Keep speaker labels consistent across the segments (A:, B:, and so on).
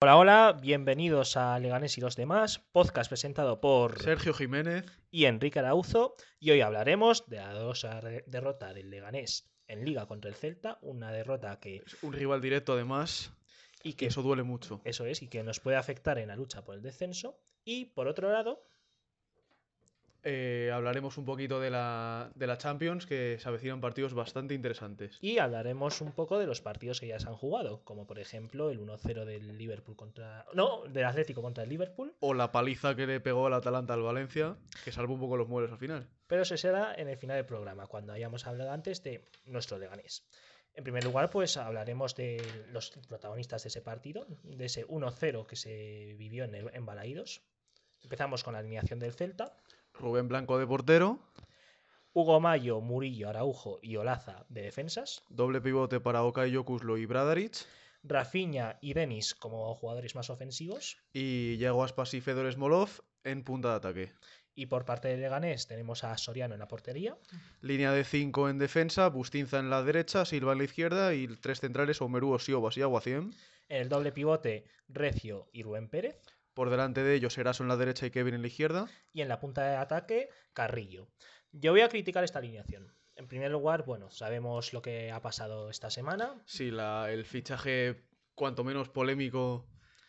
A: Hola, hola, bienvenidos a Leganés y los demás, podcast presentado por
B: Sergio Jiménez.
A: y Enrique Arauzo, y hoy hablaremos de la dosa derrota del Leganés en Liga contra el Celta, una derrota que,
B: Es un rival directo además.
A: y que
B: Que eso duele mucho.
A: eso es, y que nos puede afectar en la lucha por el descenso, y por otro lado,
B: Eh, hablaremos un poquito de la, de la Champions, que se avecinan partidos bastante interesantes.
A: y hablaremos un poco de los partidos que ya se han jugado, como por ejemplo el 1-0 del Liverpool contra... no, del Atlético contra el Liverpool,
B: O la paliza que le pegó el Atalanta al Valencia, que salvó un poco los muebles al final.
A: Pero eso será en el final del programa, cuando hayamos hablado antes de nuestro Leganés. En primer lugar, pues hablaremos de los protagonistas de ese partido, de ese 1-0 que se vivió en, el- en Balaídos. Empezamos con la alineación del Celta.
B: Rubén Blanco de portero,
A: Hugo Mayo, Murillo, Araujo y Olaza de defensas.
B: doble pivote para Okai Yokuslo y Bradaric,
A: Rafinha y Denis como jugadores más ofensivos.
B: y Yago Aspas y Fedor Smolov en punta de ataque.
A: Y por parte del Leganés tenemos a Soriano en la portería.
B: Línea de 5 en defensa, Bustinza en la derecha, Silva en la izquierda y tres centrales Omeru, Osiobas y Aguaciem.
A: En el doble pivote, Recio y Rubén Pérez.
B: Por delante de ellos Eraso en la derecha y Kevin en la izquierda.
A: y en la punta de ataque Carrillo. Yo voy a criticar esta alineación. En primer lugar, bueno, sabemos lo que ha pasado esta semana.
B: Sí, la, el fichaje cuanto menos polémico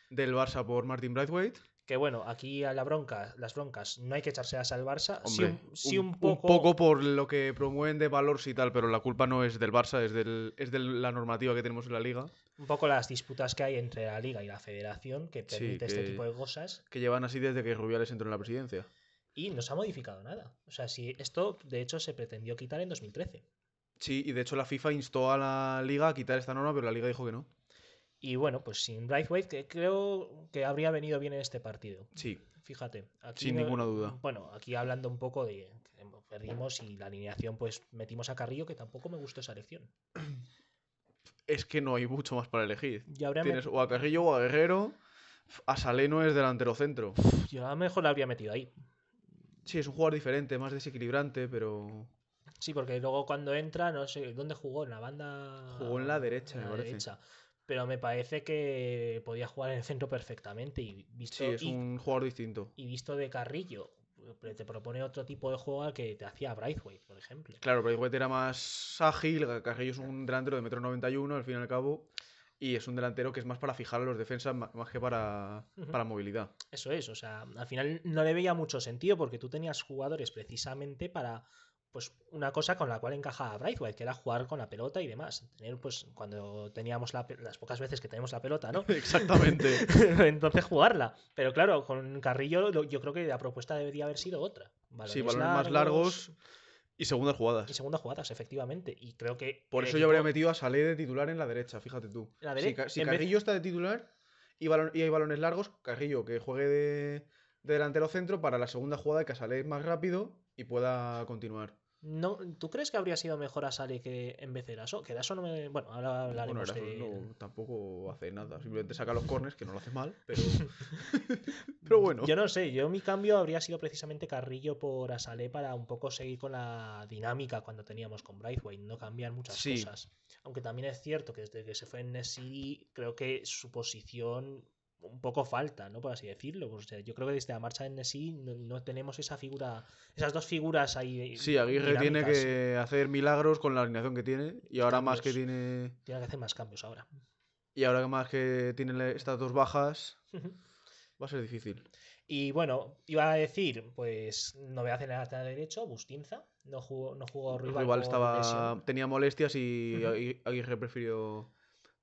B: del Barça por Martin Braithwaite.
A: Que bueno, aquí a la bronca, las broncas, no hay que echarselas al Barça. sí,
B: Hombre,
A: un, sí un poco,
B: por lo que promueven de valores y tal, pero la culpa no es del Barça, es, del, es de la normativa que tenemos en la liga,
A: un poco las disputas que hay entre la liga y la federación que
B: Sí,
A: permite este
B: que-
A: tipo de cosas
B: que llevan así desde que Rubiales entró en la presidencia.
A: y no se ha modificado nada. O sea, si esto de hecho se pretendió quitar en 2013.
B: Sí, y de hecho la FIFA instó a la liga a quitar esta norma, pero la liga dijo que no.
A: Y bueno, pues sin Braithwaite que creo que habría venido bien en este partido.
B: Sí,
A: Fíjate, aquí
B: Sin
A: no-
B: ninguna duda.
A: Bueno, aquí hablando un poco de que perdimos y la alineación, pues metimos a Carrillo, que tampoco me gustó esa elección.
B: es que no hay mucho más para elegir.
A: Yo habría
B: Tienes
A: met-
B: o a Carrillo o a Guerrero, a Saleno es delantero centro.
A: yo a lo mejor la habría metido ahí.
B: Sí, es un jugador diferente, más desequilibrante, pero
A: Sí, porque luego cuando entra, no sé, ¿dónde jugó? ¿En la banda?
B: Jugó en la derecha,
A: En
B: me
A: la
B: parece.
A: derecha. Pero me parece que podía jugar en el centro perfectamente. Y visto,
B: sí, es
A: y-
B: un jugador distinto.
A: y visto de Carrillo, eh, te propone otro tipo de juego al que te hacía Braithwaite, por ejemplo.
B: Claro, Braithwaite era más ágil, Carrillo es un delantero de metro 91 al fin y al cabo, y es un delantero que es más para fijar a los defensas ma- más que para,
A: Ujú.
B: para movilidad.
A: Eso es, o sea, al final no le veía mucho sentido porque tú tenías jugadores precisamente para pues una cosa con la cual encajaba Braithwaite, que era jugar con la pelota y demás. Tener pues cuando teníamos la pe- las pocas veces que tenemos la pelota, Ah, ¿no?
B: Exactamente.
A: Entonces jugarla. Pero claro, con Carrillo lo- yo creo que la propuesta debería haber sido otra.
B: sí, balones más largos y segundas
A: y
B: jugadas.
A: segundas jugadas, efectivamente. Y creo que
B: Por
A: el
B: eso yo habría
A: eh, equipo-
B: metido a Salé de titular en la derecha, fíjate tú.
A: La
B: Si
A: dere-
B: Ca- si
A: en vez-
B: Carrillo está de titular y, balon- y hay balones largos, Carrillo que juegue de, de delantero centro para la segunda jugada que Salé es más rápido y pueda continuar.
A: No, ¿Tú crees que habría sido mejor a Sale que en vez de Eraso? Que Eraso no me. Bueno, ahora
B: Bueno,
A: hablaremos
B: Eraso
A: de.
B: no- tampoco hace nada. Simplemente saca los corners, que no lo hace mal, pero. pero bueno.
A: Yo no sé, yo mi cambio habría sido precisamente Carrillo por Asalé para un poco seguir con la dinámica cuando teníamos con Braithwaite, no cambiar muchas
B: Sí.
A: cosas. Aunque también es cierto que desde que se fue en Nest City, creo que su posición un poco falta, ¿no? Por así decirlo. O sea, yo creo que desde la marcha de Nest City no, no tenemos esa figura, esas dos figuras ahí.
B: Sí, Aguirre tiene
A: dinámicas.
B: que hacer milagros con la alineación que tiene. Y ahora más que
A: Cambios.
B: tiene.
A: Tiene que hacer más cambios ahora.
B: Y ahora más que tiene le- estas dos bajas. Va a ser difícil.
A: Y bueno, iba a decir, pues novedad en el lateral derecho, Bustinza. No jugó, no jugó Ruibal
B: Rival
A: por
B: estaba.
A: lesión.
B: tenía molestias y
A: Ujú.
B: Agui- Aguirre prefirió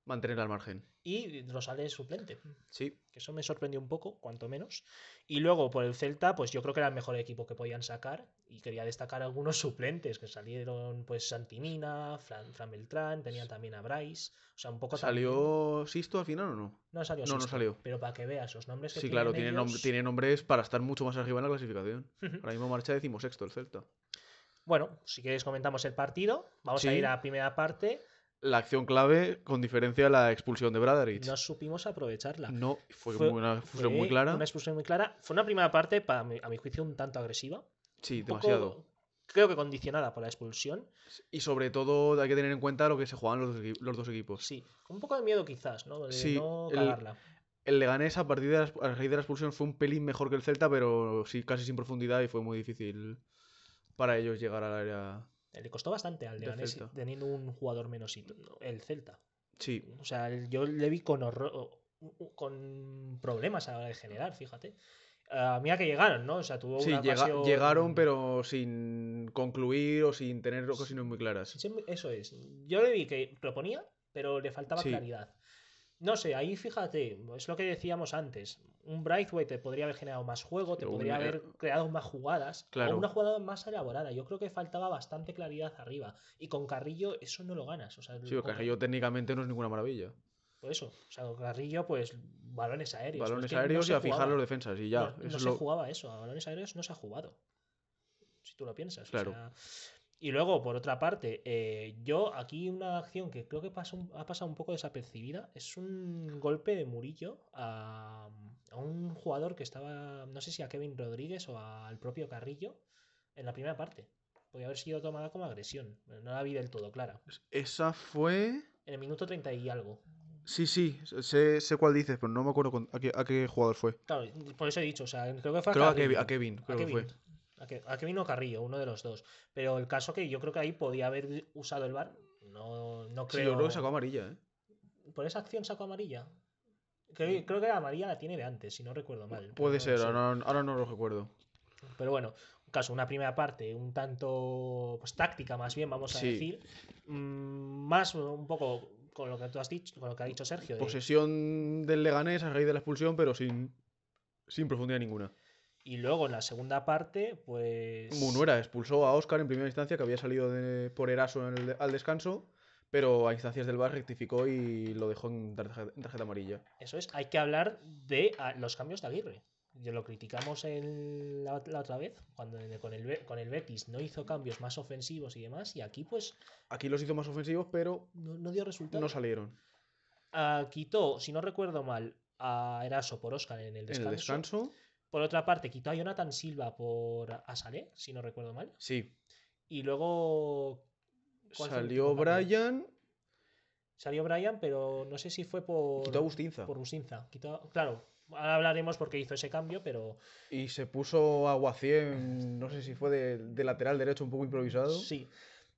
B: mantener al margen.
A: y Rosales suplente.
B: Sí.
A: Que eso me sorprendió un poco, cuanto menos. Y luego por el Celta, pues yo creo que era el mejor equipo que podían sacar. Y quería destacar algunos suplentes que salieron, pues Santinina, Fran, Fran Beltrán, tenían también a Bryce. O sea, un poco también-
B: ¿Salió Sisto al final o no?
A: No salió.
B: no, no
A: Sisto,
B: salió.
A: Pero para que veas los nombres que
B: Sí, claro, tiene,
A: tienen
B: nom-
A: ellos-
B: tiene nombres para estar mucho más arriba en la clasificación. Ahora mismo marcha decimosexto el Celta.
A: Bueno, si queréis comentamos el partido. Vamos a
B: Sí.
A: ir a la primera parte.
B: La acción clave, con diferencia, la expulsión de Bradaric.
A: No supimos aprovecharla.
B: No, fue,
A: Fue-
B: muy- una expulsión
A: Fue
B: muy clara.
A: Una expulsión muy clara. Fue una primera parte, para mi- a mi juicio, un tanto agresiva.
B: Sí,
A: un poco,
B: demasiado.
A: creo que condicionada por la expulsión.
B: Y sobre todo hay que tener en cuenta lo que se juegan los, dos equi- los dos equipos.
A: Sí, un poco de miedo quizás, ¿no? De
B: Pues Sí,
A: no
B: el-
A: cagarla.
B: El Leganés a partir de la, a raíz de la expulsión fue un pelín mejor que el Celta, pero sí casi sin profundidad y fue muy difícil para ellos llegar al área.
A: Le costó bastante al Leganés
B: Celta.
A: teniendo un jugador menos, y- el Celta.
B: Sí,
A: O sea, el- yo le vi con horror, con problemas a la hora de generar, fíjate. A mí a que llegaron, ¿no? O sea, tuvo
B: sí
A: una
B: llega-
A: ocasión-
B: llegaron, pero sin concluir o sin tener ocasiones muy claras.
A: Sí, Eso es. Yo le vi que proponía, pero le faltaba
B: Sí.
A: claridad. No sé, ahí fíjate, es lo que decíamos antes. Un Braithwaite te podría haber generado más juego, te
B: Un- eh,
A: podría haber creado más jugadas,
B: Claro.
A: o una jugada más elaborada. Yo creo que faltaba bastante claridad arriba. Y con Carrillo eso no lo ganas. O sea,
B: Sí, porque
A: con-
B: Carrillo técnicamente no es ninguna maravilla.
A: Por eso. O sea, con Carrillo, pues balones aéreos. pero es
B: Balones
A: que no
B: aéreos
A: se
B: y a fijar
A: jugaba.
B: los defensas y ya.
A: No, no
B: Eso es
A: se
B: lo-
A: jugaba eso, a balones aéreos no se ha jugado. Si tú lo piensas. o
B: Claro.
A: sea, Y luego, por otra parte, eh, yo aquí una acción que creo que pasó un- ha pasado un poco desapercibida es un golpe de Murillo a, a un jugador que estaba, no sé si a Kevin Rodríguez o al propio Carrillo, en la primera parte. Podría haber sido tomada como agresión. pero No la vi del todo clara.
B: Esa fue.
A: En el minuto 30 y algo.
B: Sí, sí, sé, sé cuál dices, pero no me acuerdo con- a, qué, a qué jugador fue.
A: Claro, por eso he dicho, o sea, creo que fue
B: Creo a
A: Carrillo.
B: Kevin, a Kevin, creo
A: Pues a
B: que fue.
A: Kevin, a Ke- a Kevin o Carrillo, uno de los dos. Pero el caso que yo creo que ahí podía haber usado el bar, no, no
B: Sí,
A: creo.
B: yo creo que sacó amarilla, ¿eh?
A: Por esa acción sacó amarilla. Creo, creo que la amarilla la tiene de antes, si no recuerdo mal.
B: Puede
A: No
B: ser,
A: sé.
B: ahora, ahora no lo recuerdo.
A: Pero bueno, un caso, una primera parte, un tanto pues, táctica más bien, vamos a
B: Sí.
A: decir. Mm, Más un poco con lo que tú has dicho, con lo que ha dicho Sergio. de-
B: Pues Posesión del Leganés a raíz de la expulsión, pero sin, sin profundidad ninguna.
A: Y luego en la segunda parte, pues.
B: Munuera expulsó a Oscar en primera instancia, que había salido de- por Eraso en el de- al descanso, pero a instancias del VAR rectificó y lo dejó en tarjeta, en tarjeta amarilla.
A: Eso es, hay que hablar de ah, los cambios de Aguirre. Yo lo criticamos el- la, la otra vez, cuando en- con el, Be- con el Betis no hizo cambios más ofensivos y demás, y aquí pues
B: Aquí los hizo más ofensivos, pero
A: no, no dio resultado.
B: no salieron.
A: Ah, quitó, si no recuerdo mal, a Eraso por Oscar en el
B: En
A: descanso.
B: el descanso,
A: Por otra parte, quitó a Jonathan Silva por Asalé, si no recuerdo mal.
B: sí.
A: Y luego ¿Cuál fue el
B: Salió
A: último cambio?
B: Brian,
A: salió Brian, pero no sé si fue por...
B: quitó a Bustinza
A: Por Bustinza. Quitó- claro, ahora hablaremos porque hizo ese cambio, pero...
B: y se puso a Guacien, no sé si fue de, de lateral derecho un poco improvisado.
A: Sí,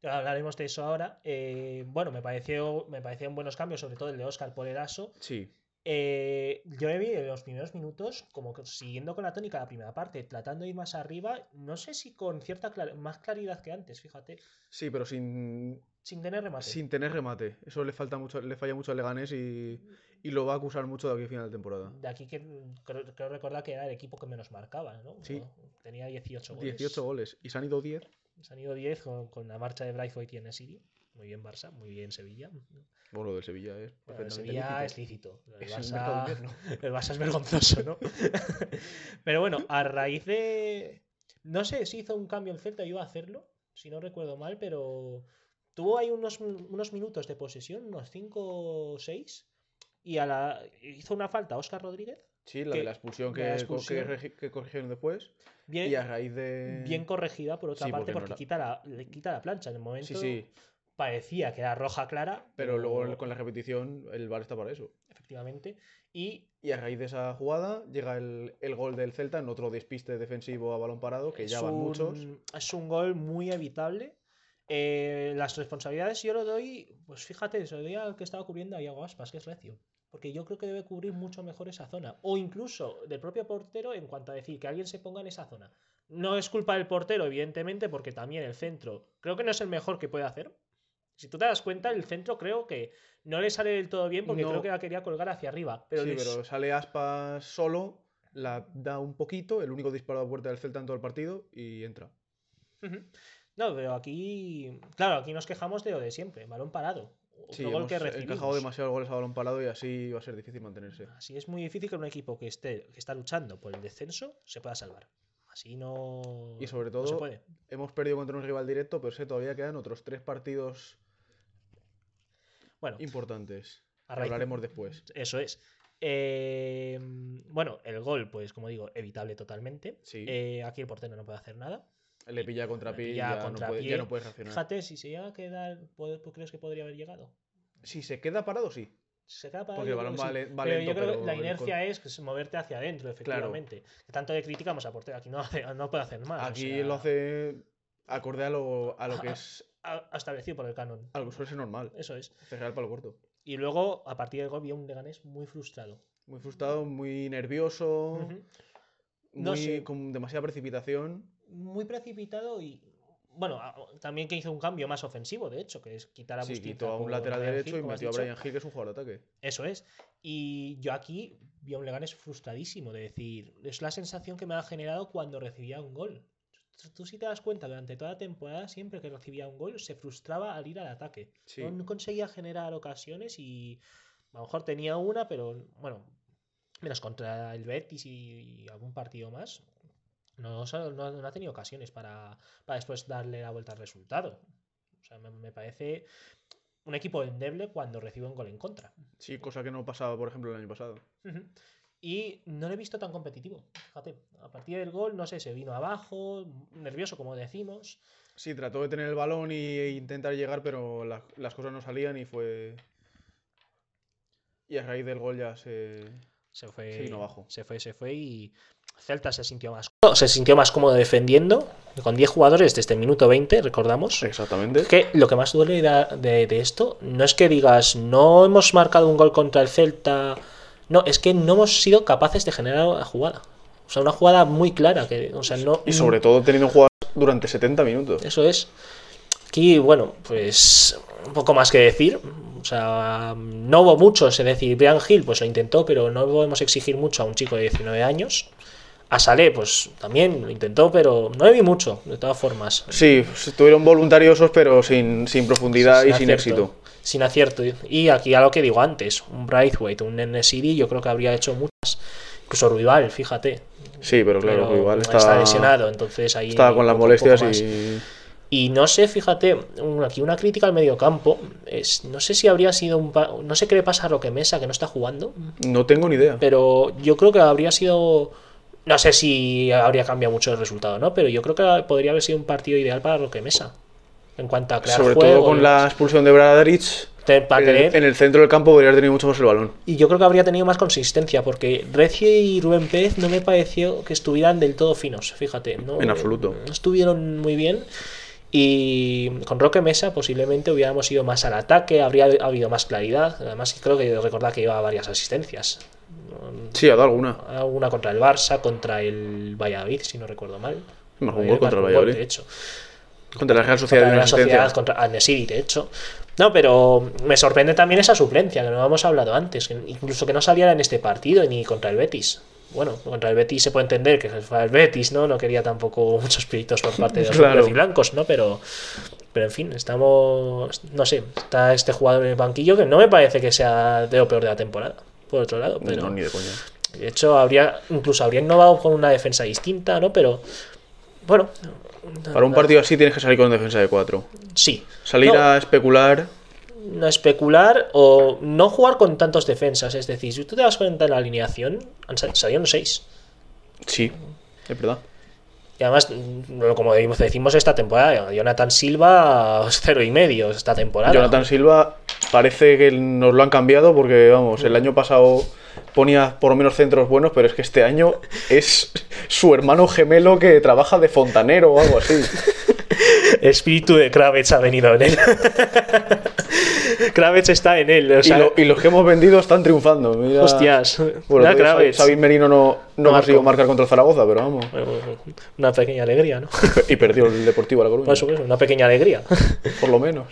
A: hablaremos de eso ahora. Eh, bueno, me pareció, me parecieron buenos cambios, sobre todo el de Oscar por Eraso.
B: Sí.
A: Eh, yo le vi en los primeros minutos, como que siguiendo con la tónica de la primera parte, tratando de ir más arriba, no sé si con cierta clar- más claridad que antes, fíjate,
B: Sí, pero sin,
A: sin tener remate.
B: sin tener remate. Eso le falta mucho, le falla mucho al Leganés y, y lo va a acusar mucho de aquí a final de temporada.
A: De aquí que mm, creo, creo recordar que era el equipo que menos marcaba, ¿no?
B: Sí.
A: O- Tenía 18 goles.
B: 18 goles. Y se han ido 10.
A: Se han ido 10 con, con la marcha de Braithwaite y Enesiri. Muy bien Barça, muy bien Sevilla.
B: Bueno, lo del Sevilla
A: Bueno,
B: es
A: Pues el
B: perfectamente
A: Sevilla es
B: lícito.
A: lícito. El
B: Es el mercado
A: Barça-
B: invierno.
A: El Barça es vergonzoso, ¿no? Pero bueno, a raíz de. No sé si hizo un cambio el Celta, iba a hacerlo, si no recuerdo mal, pero tuvo ahí unos, unos minutos de posesión, unos 5 o 6, y a la... hizo una falta Oscar Rodríguez.
B: Sí, la
A: que-
B: de la expulsión que,
A: de la
B: co- que
A: expulsión.
B: regi- que corrigieron después.
A: Bien,
B: Y a raíz de.
A: bien corregida, por otra
B: Sí,
A: parte,
B: porque no
A: porque
B: era-
A: quita la, le quita la plancha. En el momento
B: Sí, sí.
A: parecía que era roja clara.
B: Pero luego con la repetición, el VAR está para eso.
A: Efectivamente. Y
B: Y a raíz de esa jugada llega el, el gol del Celta en otro despiste defensivo a balón parado, que ya van
A: un,
B: muchos.
A: Es un gol muy evitable. Eh, las responsabilidades yo lo doy, pues fíjate, se lo doy al que estaba cubriendo a Iago Aspas, que es recio. Porque yo creo que debe cubrir mucho mejor esa zona. O incluso del propio portero en cuanto a decir que alguien se ponga en esa zona. No es culpa del portero, evidentemente, porque también el centro creo que no es el mejor que puede hacer. Si tú te das cuenta, el centro creo que no le sale del todo bien porque
B: No.
A: creo que la quería colgar hacia arriba. Pero
B: sí,
A: les-
B: pero sale Aspas solo, la da un poquito, el único disparo a puerta del Celta en todo el partido y entra.
A: Ujú. No, pero aquí. Claro, aquí nos quejamos de lo de siempre: balón parado. Otro
B: Sí,
A: gol
B: hemos eh,
A: que
B: encajado
A: recibimos.
B: demasiados goles a balón parado y así va a ser difícil mantenerse.
A: Así es muy difícil que un equipo que esté que está luchando por el descenso se pueda salvar. Así no.
B: Y sobre
A: no se
B: todo,
A: puede.
B: Hemos perdido contra un rival directo, pero sé, todavía quedan otros tres partidos
A: Bueno,
B: importantes.
A: a raíz-
B: Hablaremos después.
A: Eso es. Eh, bueno, el gol, pues como digo, evitable totalmente.
B: Sí.
A: Eh, aquí el portero no puede hacer nada.
B: Le pilla contra
A: le
B: pie y
A: pilla
B: ya, no
A: contra
B: puede,
A: pie.
B: ya no puede reaccionar.
A: Fíjate, si se llega a quedar, ¿pod- ¿crees que podría haber llegado?
B: Si se queda parado, sí.
A: se queda parado.
B: Porque el balón
A: yo creo que
B: vale-
A: sí.
B: va
A: pero
B: lento,
A: yo creo
B: pero
A: que la
B: el
A: inercia es que es moverte hacia adentro, efectivamente. Que tanto le criticamos a portero, aquí no, hace- no puede hacer más. o
B: Aquí
A: sea,
B: lo hace acorde a lo, a lo que
A: Ah,
B: es
A: ha- ha establecido por el canon.
B: algo suele ser normal.
A: Eso es.
B: Cerrar el palo corto.
A: Y luego, a partir del gol, vi a un Leganés muy frustrado.
B: Muy frustrado, muy nervioso,
A: Ujú. No
B: muy-
A: sé.
B: con demasiada precipitación.
A: Muy precipitado y. Bueno, a- también que hizo un cambio más ofensivo, de hecho, que es quitar a
B: Sí,
A: Busquets
B: quitó a
A: por
B: un lateral
A: Brian
B: derecho
A: Hill,
B: y
A: como has
B: metió a
A: dicho.
B: Brian Hill, que es un jugador de ataque.
A: Eso es. Y yo aquí vi a un Leganés frustradísimo de decir, es la sensación que me ha generado cuando recibía un gol. Tú- Tú si te das cuenta, durante toda la temporada, siempre que recibía un gol, se frustraba al ir al ataque.
B: Sí.
A: Oh, No conseguía generar ocasiones y a lo mejor tenía una, pero bueno, menos contra el Betis y, y algún partido más. No, o sea, no ha- no ha tenido ocasiones para, para después darle la vuelta al resultado. O sea, me, me parece un equipo endeble cuando recibe un gol en contra.
B: Sí, cosa que no pasaba, por ejemplo, el año pasado.
A: Ujú. Y no lo he visto tan competitivo. Fíjate, a partir del gol, no sé, se vino abajo, nervioso como decimos.
B: Sí, trató de tener el balón y- e intentar llegar, pero la- las cosas no salían y fue. Y a raíz del gol ya se.
A: Se fue,
B: Se vino abajo.
A: Se fue, se fue y Celta se sintió más cómodo, se sintió más cómodo defendiendo con 10 jugadores desde el minuto 20, recordamos.
B: Exactamente.
A: Es que lo que más duele da- de, de esto no es que digas no hemos marcado un gol contra el Celta. No, es que no hemos sido capaces de generar una jugada. O sea, una jugada muy clara. Que, o sea, no,
B: Y sobre todo teniendo jugadas durante 70 minutos.
A: Eso es. Aquí, bueno, pues un poco más que decir. O sea, no hubo muchos. Es decir, Brian Hill pues lo intentó, pero no podemos exigir mucho a un chico de 19 años. A Salé, pues también lo intentó, pero no le vi mucho, de todas formas.
B: Sí, estuvieron voluntariosos, pero sin, sin profundidad y sin
A: acierto.
B: éxito.
A: Sin acierto. Y aquí a lo que digo antes, un Braithwaite, un Nesiri, yo creo que habría hecho muchas. Incluso Rival, fíjate.
B: Sí, pero claro,
A: Pero
B: igual
A: está, lesionado, entonces ahí.
B: Estaba con las
A: un poco- un poco
B: molestias
A: más.
B: y.
A: Y no sé, fíjate, un- aquí una crítica al mediocampo. Es, no sé si habría sido un. pa- No sé qué le pasa a Roque Mesa, que no está jugando.
B: No tengo ni idea.
A: Pero yo creo que habría sido. No sé si habría cambiado mucho el resultado, ¿no? Pero yo creo que podría haber sido un partido ideal para Roque Mesa. En cuanto a crear
B: Sobre
A: juego,
B: todo con
A: y-
B: la eh, expulsión de Bradaric.
A: te- para
B: En el,
A: tener-
B: en el centro del campo podría haber tenido mucho más el balón.
A: Y yo creo que habría tenido más consistencia, porque Recio y Rubén Pérez no me pareció que estuvieran del todo finos, fíjate. No, Eh,
B: En absoluto.
A: No estuvieron muy bien. Y con Roque Mesa posiblemente hubiéramos ido más al ataque, habría habido más claridad. Además, creo que recordar que iba a varias asistencias. Mm.
B: Sí, ha dado alguna.
A: Alguna contra el Barça, contra el Valladolid, si no recuerdo mal.
B: Marcó un gol contra el
A: Marcó un gol,
B: Valladolid.
A: De hecho
B: Contra la Real Sociedad de
A: contra
B: una
A: la sociedad,
B: asistencia.
A: contra Al-Nesyri, de hecho. No, pero me sorprende también esa suplencia, que no hemos hablado antes, que incluso que no saliera en este partido ni contra el Betis. Bueno, contra el Betis se puede entender que fue el Betis, ¿no? No quería tampoco muchos piritos por parte de los
B: Claro.
A: verdes y blancos, ¿no? Pero, pero en fin, estamos. No sé, está este jugador en el banquillo que no me parece que sea de lo peor de la temporada, por otro lado. Pero...
B: No, ni de coña.
A: De hecho, habría, incluso habría innovado con una defensa distinta, ¿no? Pero, bueno.
B: Para un partido así tienes que salir con defensa de 4.
A: Sí.
B: Salir
A: No.
B: a especular.
A: no especular o no jugar con tantos defensas. Es decir, si tú te das cuenta en la alineación, han sal- salieron seis.
B: Sí, es verdad.
A: Y además, mm, lo- como decimos- decimos esta temporada, eh, Jonathan Silva cero y medio esta temporada.
B: Jonathan Silva parece que nos lo han cambiado porque, vamos, el año pasado ponía por lo menos centros buenos, pero es que este año es su hermano gemelo que trabaja de fontanero o algo así.
A: Espíritu de Kravets ha venido en él. Kravets está en él. O
B: Y,
A: sea,
B: lo- y los que hemos vendido están triunfando. Mira,
A: hostias.
B: Bueno, pues,
A: Mira
B: todavía Xavi-
A: Kravets.
B: Xavi Merino no, no
A: Marco.
B: consiguió marcar contra el Zaragoza, pero vamos.
A: pues, Una pequeña alegría, ¿no?
B: Y perdió el Deportivo a la Coruña,
A: Por supuesto, una pequeña alegría.
B: por lo menos.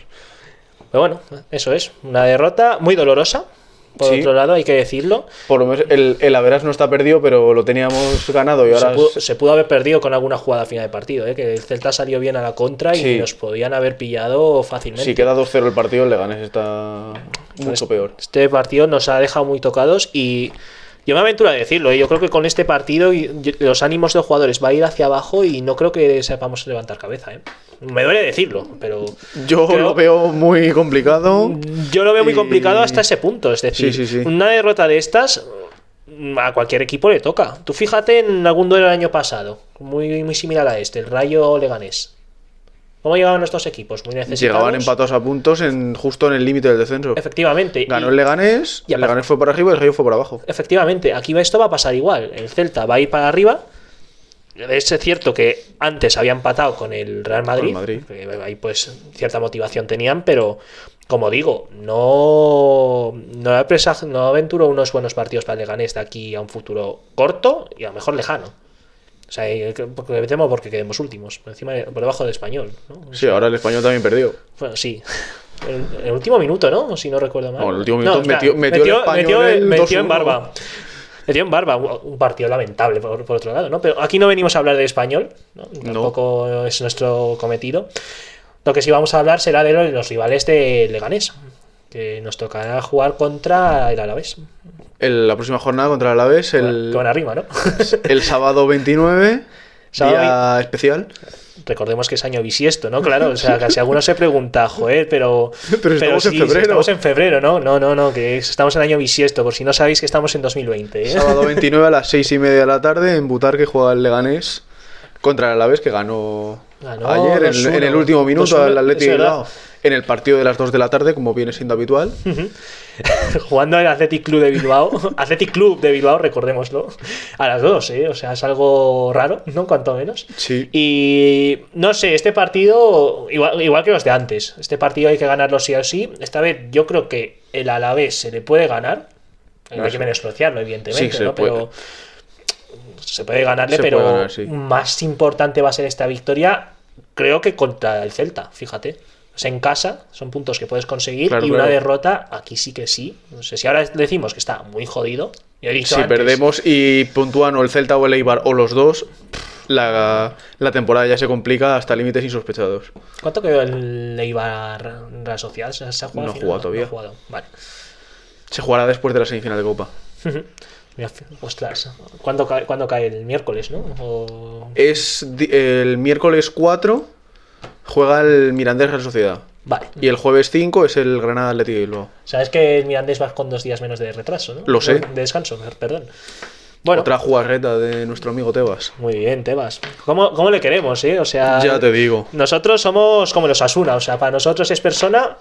A: Pero bueno, eso es. Una derrota muy dolorosa. Por
B: Sí.
A: otro lado, hay que decirlo.
B: Por lo menos el, el Averas no está perdido, pero lo teníamos ganado y
A: se,
B: ahora
A: pudo,
B: es-
A: se pudo haber perdido con alguna jugada a final de partido, ¿eh? que el Celta salió bien a la contra
B: Sí.
A: y nos podían haber pillado fácilmente.
B: si queda 2-0 el partido, el Leganés está mucho
A: Entonces,
B: peor.
A: Este partido nos ha dejado muy tocados y yo me aventuro a decirlo. ¿eh? Yo creo que con este partido y- y los ánimos de los jugadores va a ir hacia abajo y no creo que sepamos levantar cabeza. ¿eh? Me duele decirlo, pero
B: Yo
A: creo- Mm,
B: lo veo muy complicado.
A: yo lo veo muy
B: Y-
A: complicado hasta ese punto. Es decir,
B: Sí, sí, sí.
A: una derrota de estas mm, a cualquier equipo le toca. Tú fíjate en algún duelo del año pasado, muy, muy similar a este, el Rayo Leganés. ¿Cómo llegaban nuestros equipos? Muy necesitados.
B: Llegaban empatados a puntos en, justo en el límite del descenso.
A: Efectivamente. y-
B: Ganó el Leganés,
A: y aparte-
B: el Leganés fue para arriba y el Rayo fue para abajo.
A: Efectivamente, aquí va- esto va a pasar igual. El Celta va a ir para arriba. Es cierto que antes había empatado con el Real Madrid.
B: Madrid.
A: que Ahí pues cierta motivación tenían, pero como digo, no, no, presag- no aventuro unos buenos partidos para el Leganés de aquí a un futuro corto y a lo mejor lejano. O sea, y- porque le temo porque quedemos últimos, por, encima de- por debajo del español. ¿no?
B: Sí, ahora el español también perdió.
A: Bueno, sí. El, el último minuto, ¿no? Si no recuerdo mal.
B: No, el último minuto
A: espera,
B: metió- metió el español el
A: metió en
B: 2-1.
A: barba. Metió en barba. Un un partido lamentable, por, por otro lado, ¿no? Pero aquí no venimos a hablar de español. ¿no? Tampoco es nuestro cometido. Lo que sí vamos a hablar será de los, los rivales de Leganés. Que nos tocará jugar contra el Alavés.
B: El- la próxima jornada contra el Alavés, el,
A: Que van arriba, ¿no?
B: el sábado 29,
A: Sábado
B: día especial.
A: Recordemos que es año bisiesto, ¿no? Claro, o sea, casi alguno se pregunta, joder, pero.
B: Pero estamos en febrero.
A: Estamos en febrero, ¿no? No, no, no, que es- estamos en año bisiesto, por si no sabéis que estamos en 2020. ¿eh?
B: Sábado 29 a las 6 y media de la tarde en Butarque juega el Leganés contra el Alavés que ganó,
A: Ganó
B: ayer en-
A: 2-1.
B: en, el último minuto
A: 2-1,
B: al Atleti
A: es
B: de
A: verdad.
B: Bilbao en el partido de las 2 de la tarde como viene siendo habitual.
A: Jugando el Athletic Club de Bilbao, Athletic Club de Bilbao, recordémoslo, a las dos, ¿eh? O sea, es algo raro, ¿no? Cuanto menos.
B: Sí.
A: Y no sé, este partido, igual, igual que los de antes, este partido hay que ganarlo sí o sí. Esta vez yo creo que el Alavés se le puede ganar. No hay
B: sí.
A: que menospreciarlo, evidentemente,
B: Sí, se
A: ¿no?
B: puede.
A: Pero se puede ganarle,
B: Se
A: pero
B: puede ganar, sí.
A: más importante va a ser esta victoria, creo que contra el Celta, fíjate. O sea, en casa son puntos que puedes conseguir
B: Claro,
A: y una
B: claro.
A: derrota aquí sí que sí. No sé si ahora decimos que está muy jodido. yo he dicho
B: Si
A: antes,
B: perdemos y puntúan o el Celta o el Eibar o los dos, la, la temporada ya se complica hasta límites insospechados.
A: ¿Cuánto quedó el Eibar Real Social? ¿Se se ha jugado? al
B: No ha
A: final?
B: jugado todavía.
A: ha jugado. Vale.
B: Se jugará después de la semifinal de Copa.
A: Mira, ostras, ¿cuándo cae, cuándo cae el miércoles, no? O-
B: Es di- el miércoles 4 juega el Mirandés Real Sociedad.
A: Vale.
B: Y el jueves 5 es el Granada Atlético de Bilbao.
A: Sabes que el Mirandés va con dos días menos de retraso, ¿no?
B: Lo sé.
A: De descanso, perdón. Bueno,
B: Otra jugarreta de nuestro amigo Tebas.
A: muy bien, Tebas. ¿Cómo, ¿Cómo le queremos, eh? O sea,
B: Ya te digo.
A: nosotros somos como los Asuna, o sea, para nosotros es persona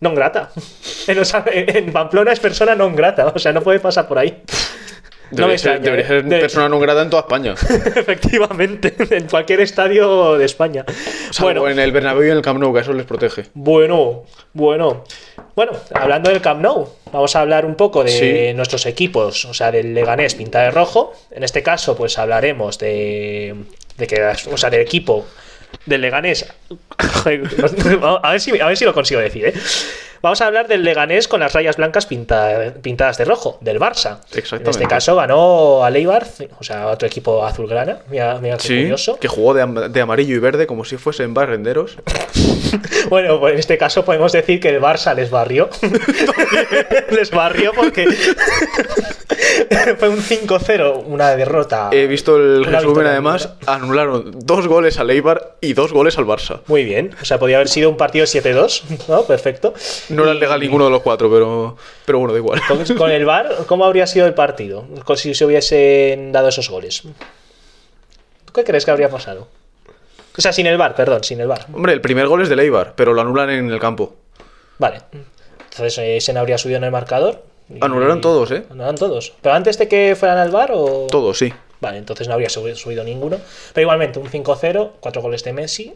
A: non grata. En, Osa- en Pamplona es persona non grata, o sea, no puede pasar por ahí. No me
B: Debería ser,
A: extraña,
B: debería
A: ¿eh?
B: ser
A: De-
B: persona no grata en toda España.
A: Efectivamente, en cualquier estadio de España.
B: Salvo en el Bernabéu y en el Camp Nou, que eso les protege.
A: Bueno, bueno. Bueno, hablando del Camp Nou, vamos a hablar un poco de
B: Sí.
A: nuestros equipos, o sea, del Leganés pinta de rojo. En este caso, pues hablaremos de, de que, las- o sea, del equipo del Leganés. a, ver si, a ver si lo consigo decir, ¿eh? Vamos a hablar del Leganés con las rayas blancas pinta- pintadas de rojo, del Barça. En
B: Exactamente.
A: este caso ganó a Leibar, o sea, otro equipo azulgrana. Mira, mira qué curioso.
B: que jugó de, am- de amarillo y verde como si fuesen barrenderos.
A: Bueno, pues en este caso podemos decir que el Barça les barrió. les barrió porque fue un 5-0, una derrota.
B: He visto el
A: Ah, Una
B: resumen,
A: victoria,
B: además, anularon dos goles al Eibar y dos goles al Barça.
A: Muy bien, o sea, podía haber sido un partido 7-2, ¿no? Perfecto.
B: No era legal ninguno de los cuatro, pero, pero bueno, da igual.
A: Con, con el VAR, ¿cómo habría sido el partido? Con- Si se hubiesen dado esos goles. ¿Tú qué crees que habría pasado? O sea, sin el VAR, perdón, sin el VAR.
B: Hombre, el primer gol es del Eibar, pero lo anulan en el campo.
A: Vale. Entonces, eh, Sen habría subido en el marcador. y-
B: Anularon todos, ¿eh?
A: Anularon todos. ¿Pero antes de que fueran al VAR o...?
B: Todos, sí.
A: Vale, entonces no habría subi- subido ninguno. Pero igualmente, un 5-0, cuatro goles de Messi.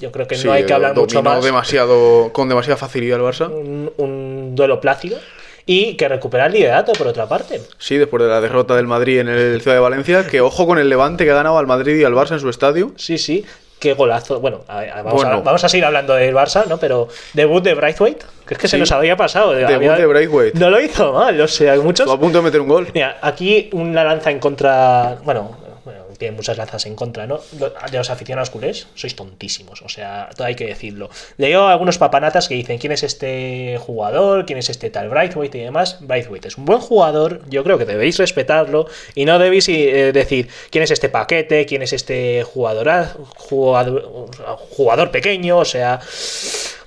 A: Yo creo que
B: Sí, eh,
A: no hay que hablar mucho
B: dominó
A: más.
B: demasiado con demasiada facilidad el Barça.
A: Un, un duelo plácido. Y que recupera el liderato, por otra parte.
B: Sí, después de la derrota del Madrid en el Ciudad de Valencia, que ojo con el Levante que ha ganado al Madrid y al Barça en su estadio.
A: Sí, sí. Qué golazo. Bueno, a- a- vamos, A,
B: Bueno.
A: vamos a seguir hablando del Barça, ¿no? Pero debut de Braithwaite, que es que se
B: Sí.
A: nos había pasado.
B: Debut
A: Había-
B: de Braithwaite.
A: No lo hizo mal, o sea, muchos.
B: Estuvo a punto de meter un gol.
A: Mira, aquí una lanza en contra. Bueno, bueno, tiene muchas lanzas en contra, ¿no? Lo- De los aficionados culés, sois tontísimos, o sea, todo hay que decirlo. Leo a algunos papanatas que dicen: ¿quién es este jugador? ¿quién es este tal Braithwaite y demás? Braithwaite es un buen jugador, yo creo que debéis respetarlo y no debéis eh, decir: ¿quién es este paquete? ¿quién es este jugador, jugador, jugador pequeño? O sea.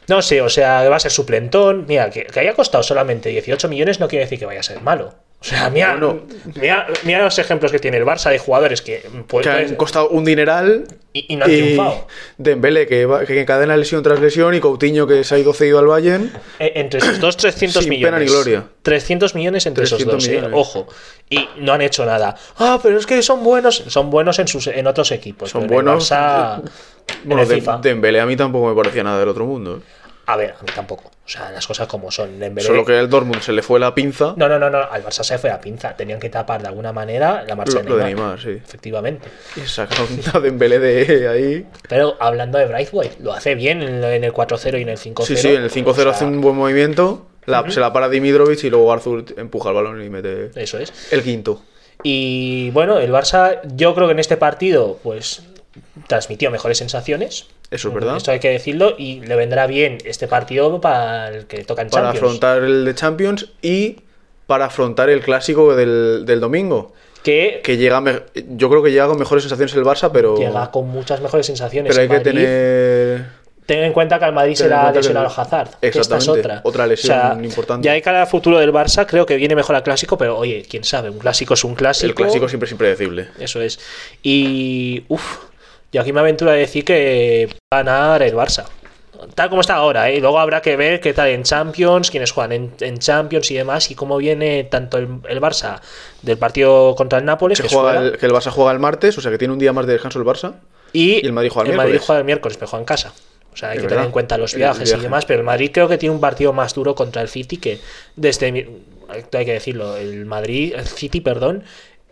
A: No sé, o sea, va a ser suplentón. Mira, que, que haya costado solamente 18 millones no quiere decir que vaya a ser malo. O sea, mira,
B: Bueno.
A: mira- mira los ejemplos que tiene el Barça de jugadores que, pues,
B: que han costado un dineral
A: y, y no han triunfado.
B: Dembélé que, va- que encadena lesión tras lesión y Coutinho que se ha ido cedido al Bayern.
A: Eh, Entre esos dos, 300
B: Sin
A: millones.
B: pena ni gloria.
A: 300 millones entre
B: 300
A: esos dos, eh,
B: millones.
A: ojo. Y no han hecho nada. Ah, pero es que son buenos. Son buenos en, sus, en otros equipos.
B: Son
A: pero en el
B: buenos.
A: Barça, en
B: Bueno,
A: el
B: Dem-
A: FIFA.
B: Dembélé a mí tampoco me parecía nada del otro mundo.
A: A ver, a mí tampoco. O sea, las cosas como son. Dembélé-
B: Solo que al Dortmund se le fue la pinza
A: No, no, no, no. Al Barça se fue la pinza. Tenían que tapar de alguna manera la marcha
B: lo,
A: de,
B: lo de
A: Neymar.
B: Neymar, sí.
A: Efectivamente.
B: Y sacaron a Dembélé de ahí.
A: Pero hablando de Braithwaite, lo hace bien en en el 4-0 y en el 5-0.
B: Sí, sí, en el 5-0
A: O sea,
B: hace un buen movimiento. la- Se la para Dimitrovic y luego Arthur empuja el balón y mete
A: Eso es.
B: el quinto.
A: Y bueno, el Barça, yo creo que en este partido, pues transmitió mejores sensaciones.
B: Eso es verdad.
A: Esto hay que decirlo. Y le vendrá bien este partido para el que toca en
B: Para
A: Champions.
B: afrontar el de Champions y para afrontar el clásico del, del domingo.
A: Que
B: Que llega me- yo creo que llega con mejores sensaciones el Barça, pero,
A: llega con muchas mejores sensaciones.
B: pero hay que
A: Madrid,
B: tener.
A: Ten en cuenta que al Madrid se
B: Ten en
A: le ha
B: cuenta que
A: lesionado
B: no-
A: al Hazard. que Esta es
B: Exactamente,
A: otra.
B: otra lesión importante.
A: Ya de cara al futuro del Barça, creo que viene mejor al clásico, pero oye, quién sabe, un clásico es un clásico.
B: El clásico siempre es impredecible.
A: Eso es. Y. Uf. Yo aquí me aventuro a decir que va a ganar el Barça. Tal como está ahora, ¿eh? Luego habrá que ver qué tal en Champions, quiénes juegan en, en Champions y demás, y cómo viene tanto el, el Barça del partido contra el Nápoles,
B: Que,
A: que,
B: juega
A: es fuera,
B: el, que el Barça juega el martes, o sea que tiene un día más de descanso el Barça.
A: y,
B: y el Madrid juega el
A: Madrid
B: miércoles.
A: juega el miércoles, pero juega en casa. O sea, hay
B: Es
A: que tener
B: verdad.
A: en cuenta los
B: El
A: viajes y
B: viaje.
A: demás, pero el Madrid creo que tiene un partido más duro contra el City que desde... mi- Hay que decirlo, el Madrid, el City, perdón,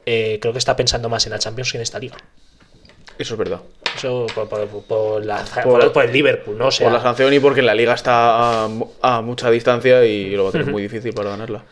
A: eh, creo que está pensando más en la Champions que en esta liga.
B: Eso es verdad.
A: Eso por, por- por la-
B: Por-
A: por el Liverpool, ¿no? O sea,
B: Por la sanción y porque la liga está a, a mucha distancia y lo va a tener muy difícil para ganarla.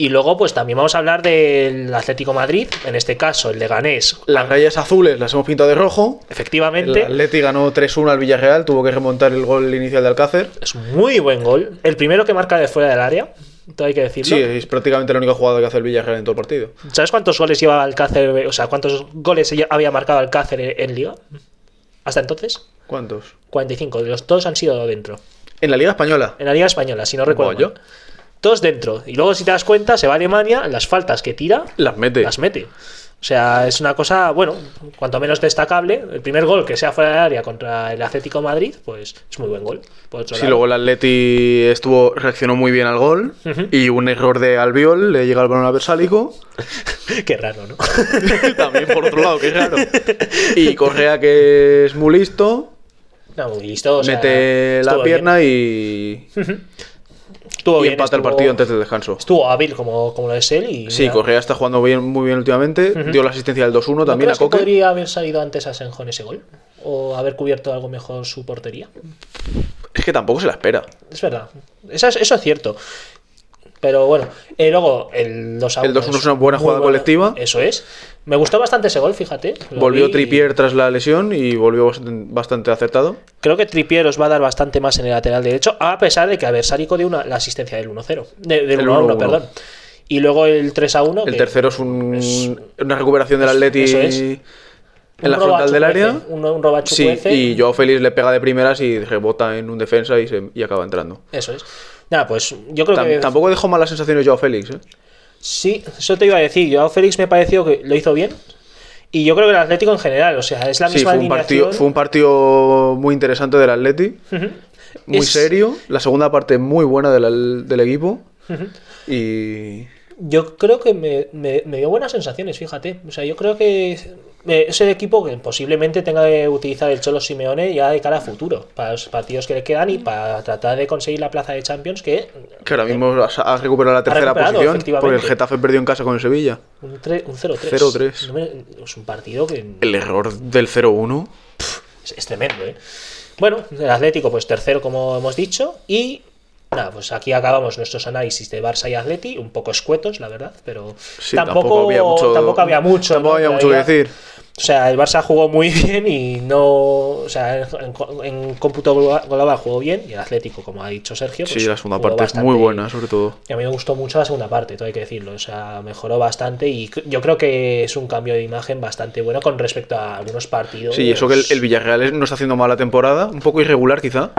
A: y luego, pues también vamos a hablar del Atlético Madrid, en este caso el Leganés.
B: Las rayas azules las hemos pintado de rojo. El
A: Efectivamente,
B: Atleti ganó 3-1 al Villarreal, tuvo que remontar el gol inicial de Alcácer.
A: es un muy buen gol. El primero que marca de fuera del área, todo hay que decirlo.
B: Sí, eh. es prácticamente la única jugada que hace el Villarreal en todo el partido.
A: ¿Sabes cuántos goles llevaba Alcácer? O sea, cuántos goles ya había marcado Alcácer en, en Liga? Hasta entonces,
B: ¿Cuántos?
A: 45. De los todos han sido dentro.
B: En la Liga Española.
A: En la Liga Española, si no recuerdo.
B: Vaya.
A: mal. Todos dentro. Y luego, si te das cuenta, se va a Alemania, las faltas que tira,
B: Las mete.
A: las mete. O sea, es una cosa, bueno, cuanto menos destacable. El primer gol que sea fuera del área contra el Atlético Madrid, pues es muy buen gol. Por otro
B: Sí,
A: lado.
B: luego el Atleti estuvo, reaccionó muy bien al gol
A: Ujú.
B: y un error de Albiol le llega el balón a Versálico.
A: Qué raro, ¿no?
B: También por otro lado, que raro. Y Correa, que es muy listo,
A: no muy listo. o sea,
B: mete la
A: estuvo
B: pierna y,
A: bien. Estuvo
B: y
A: bien,
B: empata el
A: estuvo-
B: partido antes del descanso.
A: Estuvo hábil como, como lo es él. Y
B: Sí,
A: mira,
B: Correa está jugando bien, muy bien últimamente. Dio la asistencia del 2-1
A: ¿no
B: también a
A: crees que
B: Coque.
A: podría haber salido antes a Senjón ese gol? ¿O haber cubierto algo mejor su portería?
B: Es que tampoco se la espera.
A: Es verdad. Eso es, eso es cierto. Pero bueno, eh, luego el 2
B: El 2-1 es una buena
A: muy
B: jugada colectiva.
A: Eso es. Me gustó bastante ese gol, fíjate. Lo
B: Volvió
A: vi y
B: Tripier tras la lesión y volvió bastante- bastante acertado.
A: Creo que Tripier os va a dar bastante más en el lateral derecho, a pesar de que Aversalico dio una, la asistencia del 1-0. de- del
B: El
A: 1-1,
B: 1-1.
A: perdón. Y luego el 3-1.
B: El
A: que-
B: tercero es, un-
A: es-
B: una recuperación del
A: es-
B: Atleti
A: eso es.
B: en
A: un
B: la
A: robo a
B: frontal del
A: Chukwueze,
B: área.
A: Un, un robo a
B: Sí,
A: Chukwueze.
B: y Joao Félix le pega de primeras y rebota en un defensa y, se- y acaba entrando.
A: Eso es. Nada, pues yo creo
B: Tam-
A: que.
B: Tampoco dejó malas sensaciones Joao Félix. ¿eh?
A: Sí, eso te iba a decir. Yo a Félix me pareció que lo hizo bien. Y yo creo que el Atlético en general, o sea, es la
B: Sí,
A: misma
B: fue un, partido,
A: alineación.
B: fue un partido muy interesante del Atleti, muy
A: Es-
B: serio. La segunda parte muy buena del, del equipo.
A: Ujú.
B: Y
A: Yo creo que me, me- me dio buenas sensaciones, fíjate. O sea, yo creo que es- eh, es el equipo que posiblemente tenga que utilizar el Cholo Simeone ya de cara a futuro, para los partidos que le quedan y para tratar de conseguir la plaza de Champions, que
B: que ahora mismo ha, ha recuperado la tercera
A: recuperado,
B: posición
A: efectivamente.
B: porque el Getafe perdió en casa con el Sevilla.
A: un, tre- un 0-3.
B: 0-3.
A: No me- Es un partido que
B: El error del 0-1.
A: es, es tremendo, ¿eh? Bueno, el Atlético, pues tercero, como hemos dicho, y. Nada, pues aquí acabamos nuestros análisis de Barça y Atleti, un poco escuetos, la verdad, pero
B: Sí, tampoco, había mucho,
A: tampoco había mucho,
B: tampoco
A: ¿no?
B: había mucho que
A: Todavía-
B: decir.
A: O sea, el Barça jugó muy bien y no. O sea, en, en cómputo globa- global jugó bien y el Atlético, como ha dicho Sergio.
B: Sí,
A: pues,
B: la segunda
A: jugó
B: parte es
A: bastante
B: muy buena, sobre todo.
A: y a mí me gustó mucho la segunda parte, todo hay que decirlo. O sea, mejoró bastante y c- yo creo que es un cambio de imagen bastante bueno con respecto a algunos partidos.
B: Sí, eso que el, el Villarreal es- no está haciendo mala temporada, un poco irregular quizá,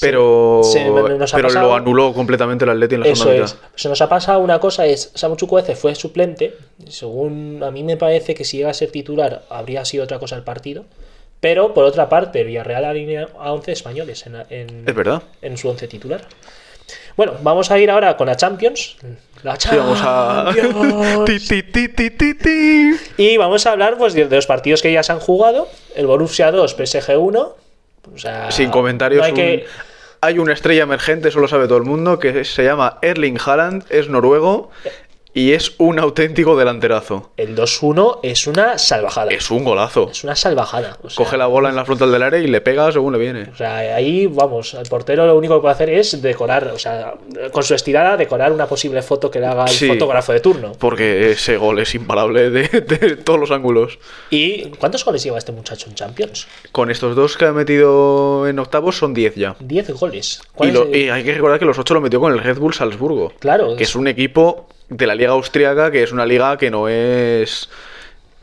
B: Pero,
C: Sí, me-
A: nos ha
B: pero
A: pasado-
B: lo anuló completamente el Atleti en la
A: Eso
B: segunda
A: es.
B: mitad.
A: Se nos ha pasado una cosa, es Samu Chukwueze fue suplente. Según a mí me parece que si llega a ser titular habría sido otra cosa el partido. Pero por otra parte, el Villarreal alinea a 11 españoles en, en-
B: Es verdad.
A: en su 11 titular. Bueno, vamos a ir ahora con la Champions. La
B: Sí, vamos a.
A: Champions.
B: Ti, ti, ti, ti, ti, ti.
A: Y vamos a hablar pues, de de los partidos que ya se han jugado. El Borussia 2, PSG 1. O sea,
B: Sin comentarios.
A: no hay
B: un-
A: que-
B: hay una estrella emergente, eso lo sabe todo el mundo, que se llama Erling Haaland, es noruego y es un auténtico delanterazo.
A: El 2-1 es una salvajada.
B: Es un golazo.
A: Es una salvajada. o sea,
B: Coge la bola en la frontal del área y le pega según le viene.
A: O sea, ahí, vamos, el portero lo único que puede hacer es decorar, o sea, con su estirada, decorar una posible foto que le haga el
B: Sí.
A: fotógrafo de turno.
B: Porque ese gol es imparable de, de todos los ángulos.
A: ¿Y cuántos goles lleva este muchacho en Champions?
B: Con estos dos que ha metido en octavos son 10 ya.
A: 10 goles. ¿Cuál
B: Y,
A: es
B: lo-
A: el-
B: y hay que recordar que los 8 lo metió con el Red Bull Salzburgo.
A: Claro.
B: Que es un equipo de la liga austriaca, que es una liga que no es.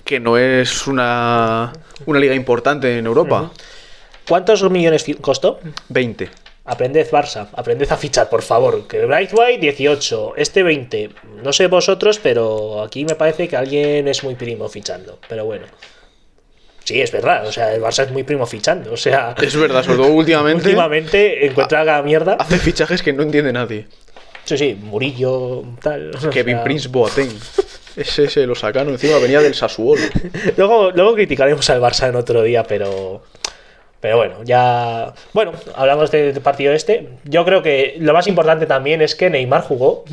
B: que no es una. una liga importante en Europa.
A: ¿Cuántos millones fi- costó?
B: 20.
A: Aprended Barça, aprended a fichar, por favor. Que Braithwaite 18, este 20. No sé vosotros, pero aquí me parece que alguien es muy primo fichando. Pero bueno. Sí, es verdad. O sea, el Barça es muy primo fichando. O sea,
B: Es verdad, sobre todo últimamente.
A: últimamente encuentra la mierda.
B: Hace fichajes que no entiende nadie.
A: Sí, sí, Murillo, tal. o
B: Kevin
A: sea,
B: Prince Boateng. Ese se lo sacaron encima, venía del Sassuolo.
A: Luego, luego criticaremos al Barça en otro día, pero. Pero bueno, ya. Bueno, hablamos de- del partido este. Yo creo que lo más importante también es que Neymar jugó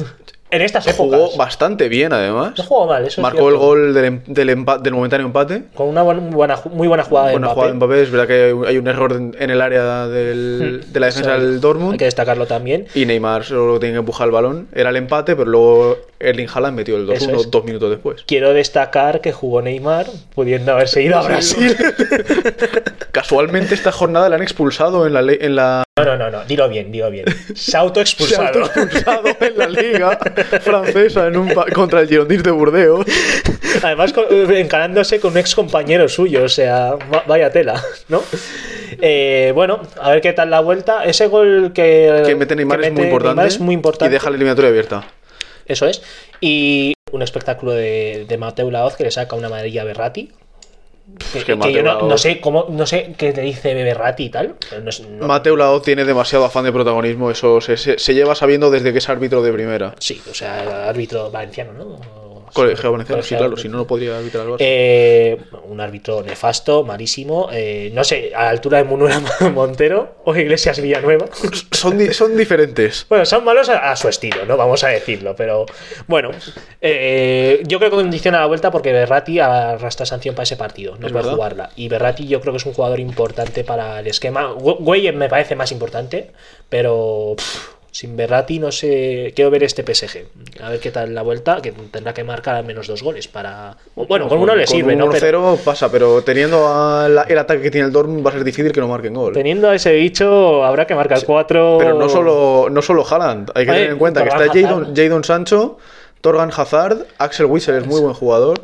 A: en estas épocas.
B: Jugó bastante bien, además.
A: No jugó mal, eso es
B: Marcó
A: cierto.
B: el gol del, em- del, empa- del momentáneo empate.
A: Con una buena, buena- muy buena jugada de
B: Buena
A: Mbappé.
B: jugada de Mbappé, es verdad que hay un- hay un error en en el área del- de la defensa
A: Eso
B: del
A: Hmm. Hay que
B: Dortmund.
A: destacarlo también.
B: Y Neymar solo tiene que empujar el balón. Era el empate, pero luego Erling Haaland metió el 2-1
A: Eso es.
B: dos minutos después.
A: Quiero destacar que jugó Neymar pudiendo haberse ido a Brasil.
B: Casualmente esta jornada le han expulsado en la, le- en la,
A: No, no, no, no, dilo bien, dilo bien. Se
B: se ha
A: autoexpulsado.
B: autoexpulsado en la liga francesa en un pa- contra el Girondins de Burdeos.
A: Además, co- eh, encarándose con un ex compañero suyo, o sea, va- vaya tela, ¿no? Eh, bueno, a ver qué tal la vuelta. Ese gol que,
B: Que mete Neymar
A: que
B: es muy
A: mete
B: importante.
A: Neymar es muy importante.
B: Y deja la eliminatoria abierta.
A: Eso es. Y un espectáculo de, de Mateu Laoz que le saca una amarilla a Berrati. Que,
B: Pues
A: que
B: que
A: yo
B: Mateu
A: no,
B: Laoz-
A: no sé cómo, no sé qué le dice Berrati y tal. pero no es- no-
B: Mateo Lao tiene demasiado afán de protagonismo. Eso se, se- se lleva sabiendo desde que es árbitro de primera.
A: sí, o sea, árbitro valenciano, ¿no? O-
B: Colegio Valenciano, sí,
A: colegiado
B: claro.
A: de-
B: Si no, no podría arbitrar el Barça.
A: Eh, un árbitro nefasto, malísimo. eh, no sé, a la altura de Munura Montero o Iglesias Villanueva.
B: Son, di- son diferentes.
A: Bueno, son malos a, a su estilo, ¿no? Vamos a decirlo, pero bueno. eh, yo creo que condiciona la vuelta porque Berrati arrastra sanción para ese partido, no
B: Es
A: va a
B: verdad.
A: jugarla. Y Berrati yo creo que es un jugador importante para el esquema. Gü- Güeyen me parece más importante, pero pff, sin Berrati no sé. Quiero ver este PSG. A ver qué tal la vuelta, que tendrá que marcar al menos dos goles para. Bueno, con uno le sirve,
B: un
A: ¿no? Pero-
B: 1-0 pasa, pero teniendo a la- el ataque que tiene el Dortmund va a ser difícil que no marquen gol.
A: Teniendo a ese bicho, habrá que marcar cuatro.
B: Pero no solo, no solo Haaland, hay que
A: Oye,
B: tener en cuenta que
A: Torgan
B: está Jadon,
A: Hazard.
B: Jadon Sancho, Torgan Hazard, Axel Witsel es muy buen jugador.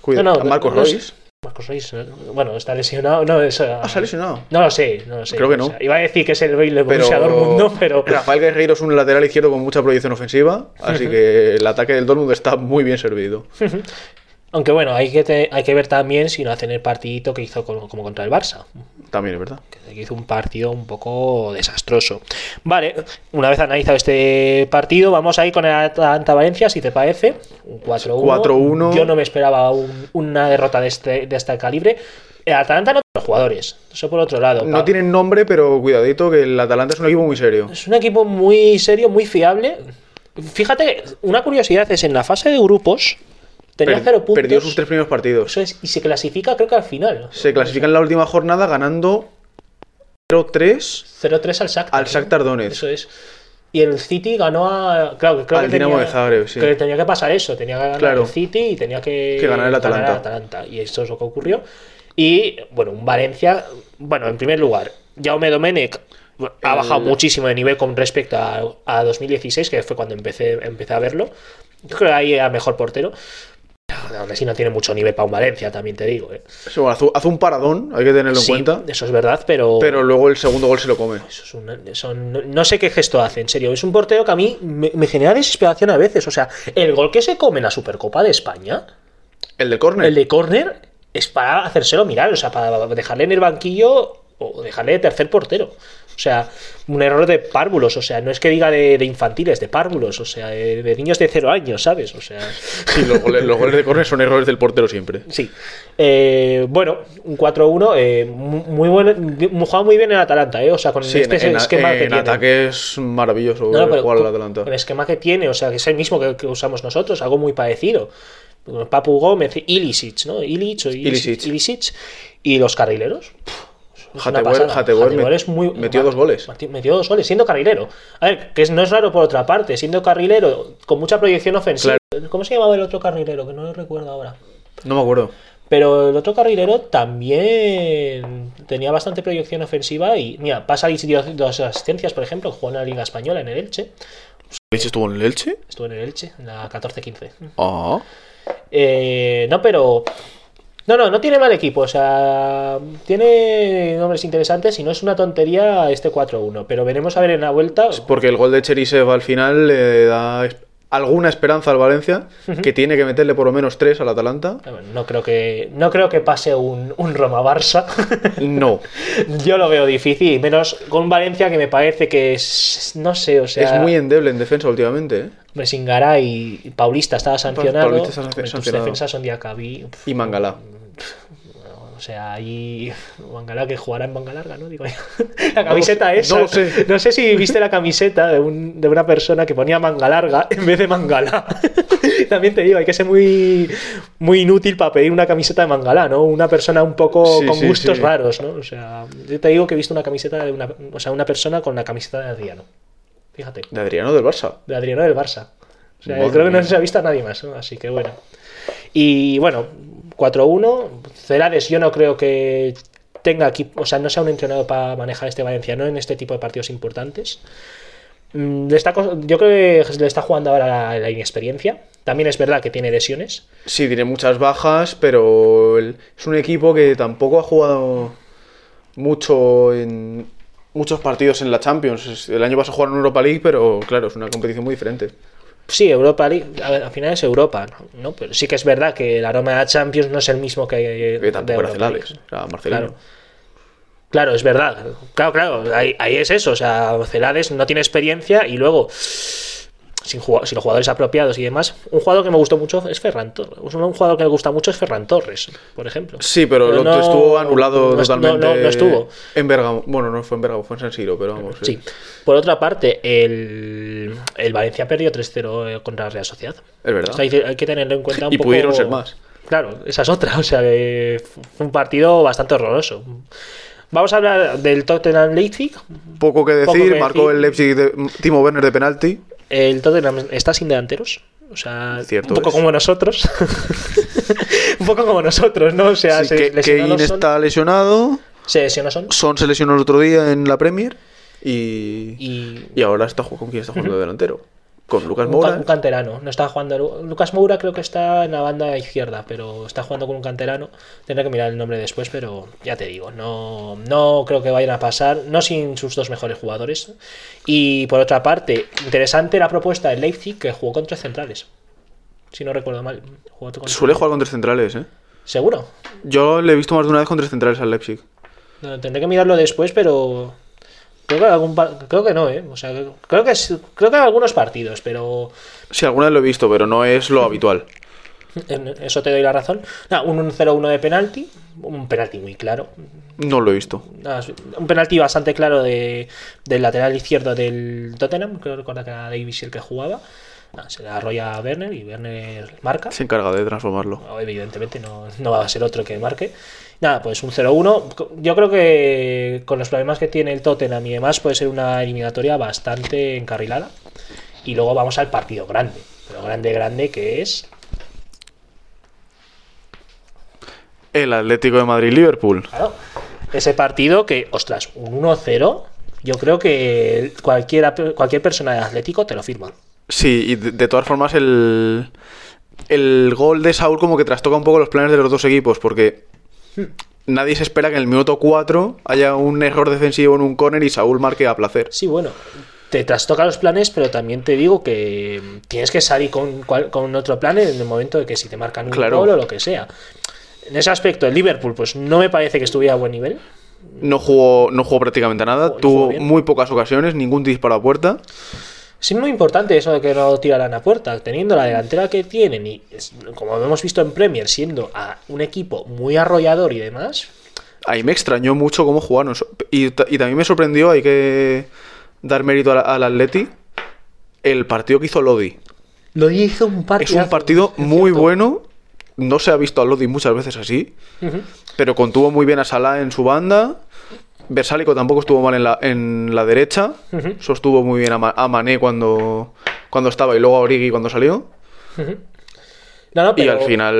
B: Cuida,
A: No, no,
B: Marcos
A: no es-
B: Royce.
A: Marcos Reis, ¿no? bueno, está lesionado. No, es,
B: Ah, se ha lesionado.
A: No lo sé, no lo sé.
B: Creo que no.
A: O sea, iba a decir que es el Bale de
B: Pero
A: Borussia Dortmund, pero...
B: Rafael Guerreiro es un lateral izquierdo con mucha proyección ofensiva, así que el ataque del Dortmund está muy bien servido.
A: Aunque bueno, hay que, te- hay que ver también si no hacen el partidito que hizo con- como contra el Barça.
B: También es verdad.
A: que hizo un partido un poco desastroso. Vale, una vez analizado este partido, vamos ahí con el Atalanta Valencia, si te parece. Un 4-1.
B: 4-1.
A: Yo no me esperaba un- una derrota de este, de este calibre. El Atalanta no tiene jugadores, eso por otro lado.
B: No
A: Pa-
B: tienen nombre, pero cuidadito que el Atalanta es un equipo muy serio.
A: Es un equipo muy serio, muy fiable. Fíjate, que una curiosidad es en la fase de grupos, tenía
B: Per-
A: cero puntos.
B: Perdió sus tres primeros partidos.
A: Eso es, y se clasifica, creo que al final.
B: Se clasifica en la última jornada ganando 0-3
A: 0-3 al Shakhtar.
B: al
A: ¿no?
B: Shakhtar Donetsk.
A: Eso es. Y el City ganó a. Claro, que creo
B: Al
A: que
B: Dinamo
A: tenía,
B: de Zagreb, sí.
A: que tenía que pasar eso. Tenía que ganar
B: Claro.
A: el City y tenía que,
B: Que ganar el Atalanta.
A: al Atalanta. Y eso es lo que ocurrió. Y bueno, un Valencia. Bueno, en primer lugar, Jaume Domenech ha
B: El-
A: bajado muchísimo de nivel con respecto a, a 2016, que fue cuando empecé, empecé a verlo. Yo creo que ahí era mejor portero. joder, aún así no tiene mucho nivel para un Valencia, también te digo. ¿eh?
B: Sí, bueno, hace, hace un paradón, hay que tenerlo
A: Sí,
B: en cuenta.
A: eso es verdad, pero.
B: Pero luego el segundo gol se lo come.
A: Eso es un- son- no- no sé qué gesto hace, en serio. Es un portero que a mí me, me genera desesperación a veces. O sea, el gol que se come en la Supercopa de España,
B: El de córner.
A: el de córner, es para hacérselo mirar, o sea, para dejarle en el banquillo o dejarle de tercer portero. O sea, un error de párvulos, o sea, no es que diga de, de infantiles, de párvulos, o sea, de, de niños de cero años, ¿sabes? O sea,
B: Sí, los goles, los goles de córner son errores del portero siempre.
A: sí. Eh, bueno, un 4-1, eh, mu- muy bueno, mu- jugaba muy bien en Atalanta, ¿eh? O sea, con
B: Sí,
A: este
B: en, en-
A: esquema que
B: en
A: tiene.
B: ataque es maravilloso
A: No, no, pero
B: jugar al
A: con-
B: Atalanta.
A: El esquema que tiene, o sea, que es el mismo que, que usamos nosotros, algo muy parecido. Papu Gómez, Ilisic, ¿no? Illich o Ilisic,
B: Ilicic.
A: Ilisic. Y los carrileros. Pff, es una
B: Jatebor-
A: pasada.
B: Jatebor met-
A: es muy-
B: metió dos goles.
A: Mati- Metió dos goles, siendo carrilero. A ver, que es- no es raro por otra parte, siendo carrilero, con mucha proyección ofensiva. ¿Cómo se llamaba el otro carrilero? Que no lo recuerdo ahora.
B: No me acuerdo.
A: Pero el otro carrilero también tenía bastante proyección ofensiva y, mira, pasa y dio dos asistencias, por ejemplo, jugó en la Liga Española, en el Elche.
B: ¿Elche estuvo en el Elche?
A: Estuve en el Elche, en la 14-15.
B: Ah.
A: Eh, no, pero. No, no, no tiene mal equipo. O sea, tiene nombres interesantes y no es una tontería este 4-1. Pero veremos a ver en la vuelta.
B: Porque el gol de Cherisev al final le da es- alguna esperanza al Valencia, que tiene que meterle por lo menos tres al Atalanta.
A: Ah, bueno, No creo que, no creo que pase un, un Roma-Barça.
B: No.
A: Yo lo veo difícil, y menos con Valencia, que me parece que es. No sé, o sea.
B: es muy endeble en defensa últimamente. ¿eh?
A: hombre, Singaray y Paulista estaba sancionado.
B: Paulista está
A: hombre, Tus
B: sancionado.
A: defensas son Diacabí. pf,
B: Y Mangala.
A: O sea, ahí Bangalá que jugará en manga larga, ¿no? Digo, la camiseta
B: No lo sé,
A: esa.
B: no lo sé.
A: No sé si viste la camiseta de, un- de una persona que ponía manga larga en vez de Mangalá. También te digo, hay que ser muy, muy inútil para pedir una camiseta de Mangalá, ¿no? Una persona un poco
B: Sí,
A: con
B: sí,
A: gustos
B: sí.
A: raros, ¿no? O sea, yo te digo que he visto una camiseta de una, o sea, una persona con la camiseta de Adriano. Fíjate,
B: De Adriano del Barça.
A: de Adriano del Barça. O sea,
B: Madre
A: creo que no
B: mía.
A: se ha visto a nadie más, ¿no? Así que bueno. Y bueno, 4-1. Celades, yo no creo que tenga aquí, o sea, no sea un entrenador para manejar este valenciano en este tipo de partidos importantes. Mm, le está co- yo creo que le está jugando ahora la, la inexperiencia. También es verdad que tiene lesiones.
B: Sí, tiene muchas bajas, pero el- es un equipo que tampoco ha jugado mucho en muchos partidos en la Champions. Es- El año pasado jugaron en Europa League, pero claro, es una competición muy diferente.
A: Sí, Europa League, a ver, al final es Europa, ¿no? Pero sí que es verdad que el aroma de la Champions no es el mismo que
B: Que
A: de
B: tampoco era
A: Europa League.
B: Celades, era Marcelino.
A: Claro. Claro, es verdad. Claro, claro, ahí, ahí es eso. O sea, Celades no tiene experiencia y luego, sin, jug- sin los jugadores apropiados y demás, un jugador que me gustó mucho es Ferran Torres. Un- Un jugador que me gusta mucho es Ferran Torres, por ejemplo.
B: Sí, pero
A: Pero
B: lo
A: no-
B: estuvo anulado
A: no es- no- no-
B: totalmente.
A: no estuvo.
B: En Bergamo. Bueno, no fue en Bergamo, fue en San Siro, pero vamos.
A: Sí. Por otra parte, el, el Valencia perdió 3-0 contra la Real Sociedad.
B: Es verdad.
A: O sea, hay, que- hay que tenerlo en cuenta un
B: Y
A: poco-
B: pudieron ser más.
A: Claro, esa es otra. O sea, que fue un partido bastante horroroso. Vamos a hablar del Tottenham Leipzig.
B: Poco que decir,
A: Poco que
B: marcó
A: decir.
B: el Leipzig de Timo Werner de penalti.
A: El Tottenham está sin delanteros. O sea, un
B: Cierto
A: poco
B: es.
A: como nosotros. un poco como nosotros, ¿no? O sea,
B: Sí,
A: se,
B: que,
A: lesionó
B: Kane
A: Son-
B: está lesionado.
A: se lesionó Son.
B: Son se lesionó el otro día en la Premier. Y, y...
A: Y
B: ahora está jug- con quién está jugando de delantero. Con Lucas
A: un, ca-
B: Moura.
A: un canterano. No está jugando. Lu- Lucas Moura creo que está en la banda izquierda, pero está jugando con un canterano. Tendré que mirar el nombre después, pero ya te digo, no, no creo que vayan a pasar. No sin sus dos mejores jugadores. Y por otra parte, interesante la propuesta del Leipzig que jugó con tres centrales. Si no recuerdo mal, jugó con
B: Suele jugar con tres centrales, ¿eh?
A: Seguro.
B: Yo le he visto más de una vez con tres centrales al Leipzig.
A: No, tendré que mirarlo después, pero creo que algún par- creo que no, eh. O sea, creo que es- creo que en algunos partidos, pero
B: Sí, alguna vez lo he visto, pero no es lo habitual.
A: en eso te doy la razón. Nada, un 0-1 de penalti, un penalti muy claro.
B: No lo he visto.
A: Nada, un penalti bastante claro de, del lateral izquierdo del Tottenham, creo recordar que era Davis el que jugaba. Nada, se la arrolla a Werner y Werner marca.
B: Se encarga de transformarlo.
A: O, Evidentemente no, no va a ser otro que marque. Nada, pues un 0-1. Yo creo que con los problemas que tiene el Tottenham y demás puede ser una eliminatoria bastante encarrilada. Y luego vamos al partido grande. Lo grande, grande que es
B: El Atlético de Madrid-Liverpool.
A: Claro. Ese partido que, ostras, un 1-0, yo creo que cualquiera, cualquier persona de Atlético te lo firma.
B: Sí, y de, de todas formas el, el gol de Saúl como que trastoca un poco los planes de los dos equipos, porque nadie se espera que en el minuto 4 haya un error defensivo en un córner y Saúl marque a placer.
A: Sí, bueno, te trastoca los planes, pero también te digo que tienes que salir con, cual- con otro plan en el momento de que si te marcan un
B: Claro.
A: gol o lo que sea. En ese aspecto, el Liverpool, pues no me parece que estuviera a buen nivel.
B: No jugó, no jugó prácticamente nada,
A: Jugó- jugó
B: tuvo
A: bien.
B: muy pocas ocasiones, ningún disparo a puerta.
A: Sí, muy importante eso de que no tiraran a puerta, teniendo la delantera que tienen y es- como hemos visto en Premier, siendo a un equipo muy arrollador y demás,
B: Ahí me extrañó mucho cómo jugaron. So- Y, ta- y también me sorprendió, hay que dar mérito al, al Atleti, el partido que hizo Lodi.
A: lo hizo un partido.
B: Es un partido muy bueno, no se ha visto a Lodi muchas veces así, pero contuvo muy bien a Salah en su banda. Versálico tampoco estuvo mal en la, en la derecha.
A: Ujú.
B: Sostuvo muy bien a, Ma- a Mané cuando, cuando estaba y luego a Origi cuando salió.
A: No, no,
B: Y
A: pero
B: al final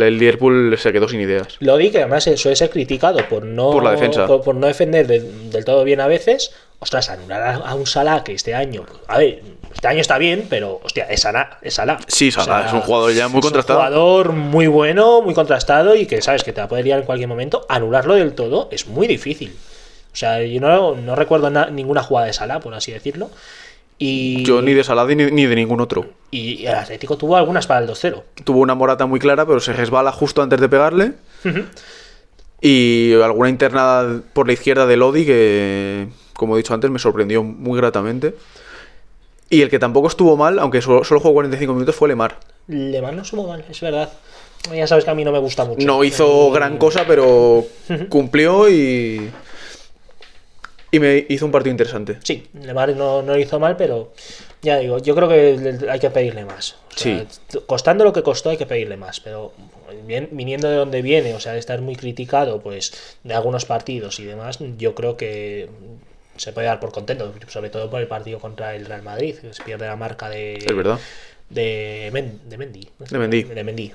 B: el Liverpool se quedó sin ideas.
A: Lo di que además suele ser criticado por no,
B: Por la defensa.
A: por, por no defender de- del todo bien a veces. Ostras, anular a, a un Salah que este año. A ver, este año está bien, pero hostia, es Salah. Es Salah.
B: Sí, Salah es un jugador ya muy contrastado.
A: Es un jugador muy bueno, muy contrastado y que sabes que te la puede liar en cualquier momento. Anularlo del todo es muy difícil. O sea, yo no, no recuerdo na- ninguna jugada de Salah, por así decirlo. Y,
B: Yo ni de Salah ni, ni de ningún otro.
A: y el Atlético tuvo algunas para el 2-0.
B: Tuvo una morata muy clara, pero se resbala justo antes de pegarle. Y alguna interna por la izquierda de Lodi que, como he dicho antes, me sorprendió muy gratamente. Y el que tampoco estuvo mal, aunque solo, solo jugó 45 minutos, fue Lemar.
A: Levan no sumó mal, es verdad. Ya sabes que a mí no me gusta mucho.
B: No hizo gran cosa, pero cumplió y. Y me hizo un partido interesante.
A: Sí, Lemar no, no hizo mal, pero ya digo, yo creo que le- hay que pedirle más. O sea, Costando lo que costó, hay que pedirle más, pero bien, viniendo de donde viene, o sea, de estar muy criticado pues de algunos partidos y demás, yo creo que se puede dar por contento, sobre todo por el partido contra el Real Madrid, que se pierde la marca de,
B: Es verdad.
A: de, Men- de Mendy.
B: De Mendy.
A: De Mendy.